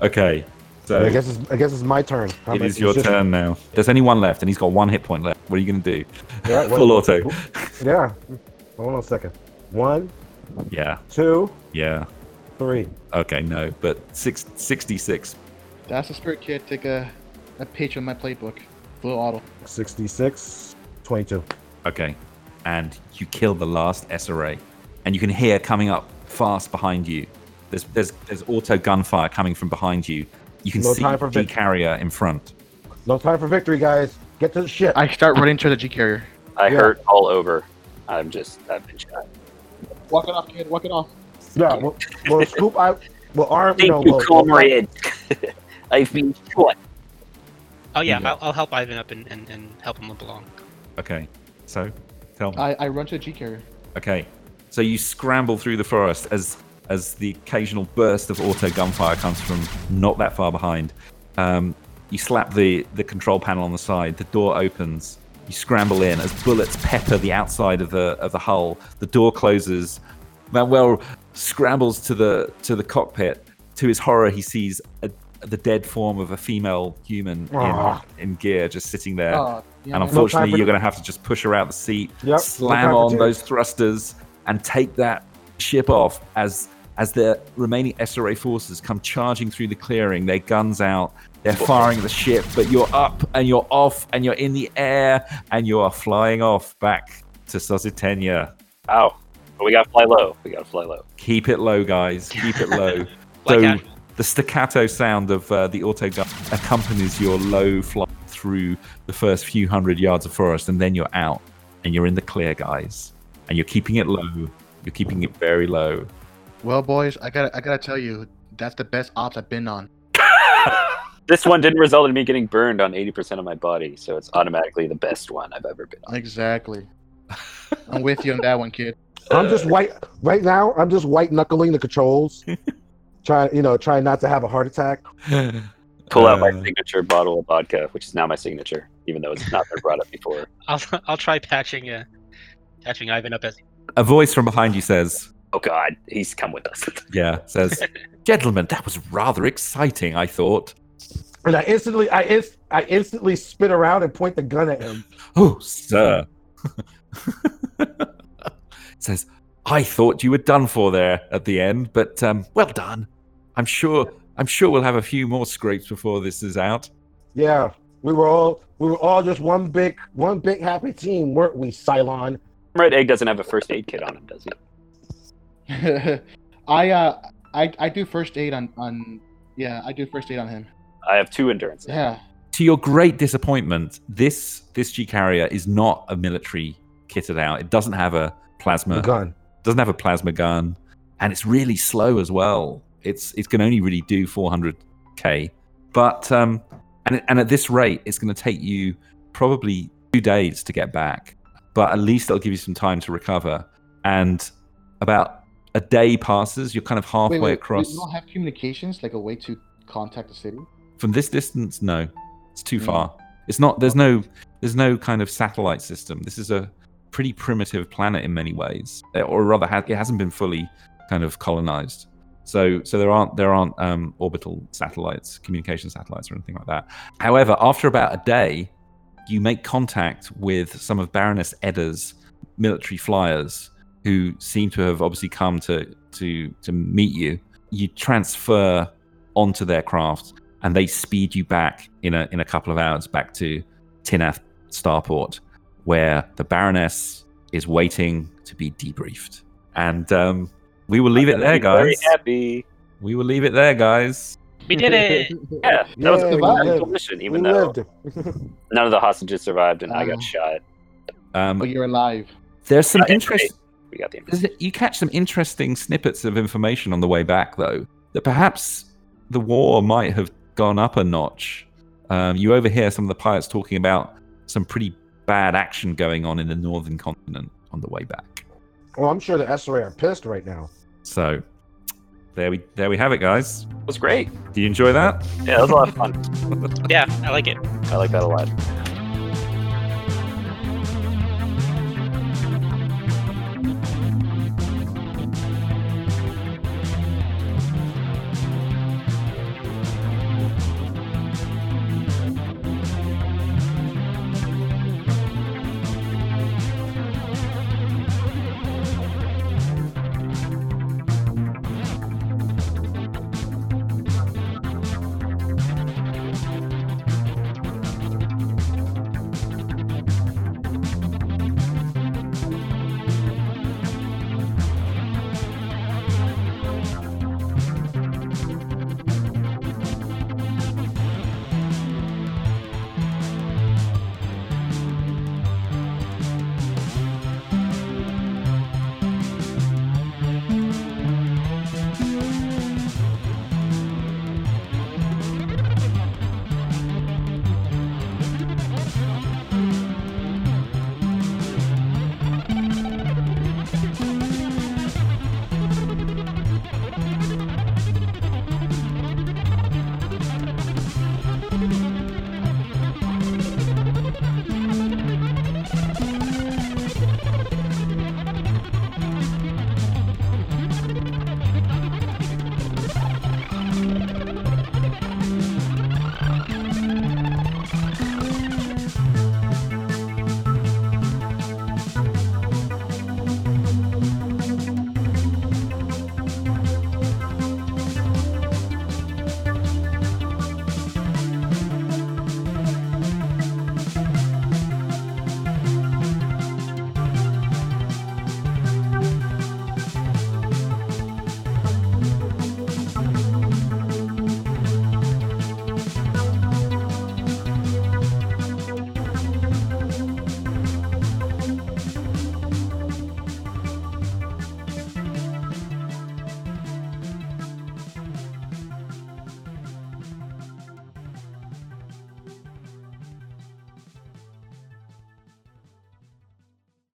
[SPEAKER 3] Okay. So
[SPEAKER 6] I guess it's I guess it's my turn. I'm
[SPEAKER 3] It
[SPEAKER 6] like,
[SPEAKER 3] is your
[SPEAKER 6] just-
[SPEAKER 3] turn now. There's only one left, and he's got one hit point left. What are you going to do?
[SPEAKER 6] Yeah,
[SPEAKER 3] <laughs>
[SPEAKER 6] what-
[SPEAKER 3] Full auto.
[SPEAKER 6] Yeah. Hold on a second. One,
[SPEAKER 3] Yeah,
[SPEAKER 6] two,
[SPEAKER 3] yeah.
[SPEAKER 6] three.
[SPEAKER 3] Okay, no, but six, 66.
[SPEAKER 4] That's the spirit kid. Take a, a page from my playbook. Full auto.
[SPEAKER 6] 66, 22.
[SPEAKER 3] Okay, and you kill the last SRA, and you can hear coming up fast behind you. There's there's there's auto gunfire coming from behind you. You can
[SPEAKER 6] No
[SPEAKER 3] see
[SPEAKER 6] time for
[SPEAKER 3] the
[SPEAKER 6] vic-
[SPEAKER 3] carrier in front.
[SPEAKER 6] No time for victory, guys. Get to the ship.
[SPEAKER 4] I start running to the G carrier.
[SPEAKER 5] I
[SPEAKER 6] Yeah.
[SPEAKER 5] hurt all over. I'm just, I've been shot.
[SPEAKER 4] Walk it off, kid. Walk it off.
[SPEAKER 6] yeah, we'll, we'll scoop out. We'll arm.
[SPEAKER 5] Thank
[SPEAKER 6] no,
[SPEAKER 5] you,
[SPEAKER 6] we'll,
[SPEAKER 5] comrade.
[SPEAKER 6] <laughs>
[SPEAKER 5] I've been shot.
[SPEAKER 7] Oh yeah, I'll, I'll help Ivan up and, and, and help him up along. <laughs>
[SPEAKER 3] Okay, so tell me.
[SPEAKER 4] I, I run to the G carrier.
[SPEAKER 3] Okay. So you scramble through the forest as as the occasional burst of auto gunfire comes from not that far behind. Um, you slap the, the control panel on the side. The door opens. You scramble in as bullets pepper the outside of the of the hull. The door closes. Manuel scrambles to the to the cockpit. To his horror, he sees a, the dead form of a female human in,
[SPEAKER 6] Ah.
[SPEAKER 3] in gear just sitting there
[SPEAKER 4] Oh, yeah.
[SPEAKER 3] and
[SPEAKER 4] man.
[SPEAKER 6] No
[SPEAKER 3] unfortunately,
[SPEAKER 6] time for-
[SPEAKER 3] you're going to have to just push her out the seat,
[SPEAKER 6] Yep, no
[SPEAKER 3] slam
[SPEAKER 6] time for
[SPEAKER 3] on
[SPEAKER 6] tears.
[SPEAKER 3] those thrusters, and take that ship off as as the remaining SRA forces come charging through the clearing, their guns out, they're firing at the ship, but you're up and you're off and you're in the air and you are flying off back to Sositenia.
[SPEAKER 5] Wow. But we got to fly low. We got to fly low.
[SPEAKER 3] Keep it low, guys. Keep it low.
[SPEAKER 7] Like
[SPEAKER 3] so
[SPEAKER 7] that.
[SPEAKER 3] the staccato sound of uh, the auto gun accompanies your low flight through the first few hundred yards of forest, and then you're out and you're in the clear, guys. And you're keeping it low. You're keeping it very low.
[SPEAKER 4] Well, boys, I gotta, I gotta tell you, that's the best ops I've been on.
[SPEAKER 5] This one didn't result in me getting burned on 80% of my body, so it's automatically the best one I've ever been on.
[SPEAKER 4] Exactly. I'm with you on that one, kid.
[SPEAKER 6] I'm just white. Right now, I'm just white knuckling
[SPEAKER 3] <laughs>
[SPEAKER 6] the controls. trying, you know, trying not to have a heart attack.
[SPEAKER 5] Pull out my
[SPEAKER 3] Uh.
[SPEAKER 5] signature bottle of vodka, which is now my signature, even though it's not been brought up before.
[SPEAKER 7] I'll I'll try patching uh, patching Ivan up as
[SPEAKER 3] A voice from behind you says,
[SPEAKER 5] Oh, God. He's come with us. <laughs>
[SPEAKER 3] Yeah, says, Gentlemen, that was rather exciting, I thought.
[SPEAKER 6] And I instantly, I inst- I instantly spin around and point the gun at him.
[SPEAKER 3] Oh, sir. <laughs> Says, I thought you were done for there at the end, but um, well done. I'm sure. I'm sure we'll have a few more scrapes before this is out.
[SPEAKER 6] Yeah, we were all, we were all just one big, one big happy team, weren't we, Cylon?
[SPEAKER 5] Red Egg doesn't have a first aid kit on him, does he?
[SPEAKER 4] <laughs> I, uh, I, I do first aid on, on, yeah, I do first aid on him.
[SPEAKER 5] I have two endurance. now.
[SPEAKER 4] Yeah.
[SPEAKER 3] To your great disappointment, this this G carrier is not a military kitted out. It doesn't have a
[SPEAKER 6] The
[SPEAKER 3] plasma.
[SPEAKER 6] gun.
[SPEAKER 3] Doesn't have a plasma gun, and it's really slow as well. It's it can only really do 400k. But um, and and at this rate, it's going to take you probably two days to get back, but at least that'll give you some time to recover. And about a day passes, you're kind of halfway
[SPEAKER 4] wait, wait,
[SPEAKER 3] across.
[SPEAKER 4] You don't have communications like a way to contact the city.
[SPEAKER 3] From this distance, no, it's too
[SPEAKER 4] Mm.
[SPEAKER 3] far. It's not. There's no. There's no kind of satellite system. This is a pretty primitive planet in many ways, eh, or rather, ha- it hasn't been fully kind of colonized. So, so there aren't there aren't um, orbital satellites, communication satellites, or anything like that. However, after about a day, you make contact with some of Baroness Edda's military flyers, who seem to have obviously come to to to meet you. You transfer onto their craft, and they speed you back in a in a couple of hours back to Tinath Starport, where the Baroness is waiting to be debriefed. And um, we will leave it there,
[SPEAKER 5] I'm Very
[SPEAKER 3] guys.
[SPEAKER 5] happy.
[SPEAKER 3] We will leave it there, guys.
[SPEAKER 7] We
[SPEAKER 4] <laughs>
[SPEAKER 7] did it.
[SPEAKER 5] Yeah, that was
[SPEAKER 6] Yay,
[SPEAKER 5] a
[SPEAKER 6] we
[SPEAKER 5] successful
[SPEAKER 6] lived.
[SPEAKER 5] mission,
[SPEAKER 6] We
[SPEAKER 5] even though
[SPEAKER 6] lived.
[SPEAKER 5] none of the hostages survived and I
[SPEAKER 4] Ah.
[SPEAKER 5] got shot.
[SPEAKER 4] But
[SPEAKER 3] Um,
[SPEAKER 4] Oh, you're alive.
[SPEAKER 3] there's some
[SPEAKER 5] Okay,
[SPEAKER 3] interest.
[SPEAKER 5] We got the information.
[SPEAKER 3] There's- You catch some interesting snippets of information on the way back, though, that perhaps the war might have gone up a notch. Um, you overhear some of the pilots talking about some pretty bad action going on in the northern continent on the way back.
[SPEAKER 6] Well, Oh, I'm sure the SRA are pissed right now.
[SPEAKER 3] So there we there we have it, guys.
[SPEAKER 5] It was great.
[SPEAKER 3] Do you enjoy that?
[SPEAKER 5] Yeah, that was a lot of fun.
[SPEAKER 7] Yeah, I like it.
[SPEAKER 5] I like that a lot.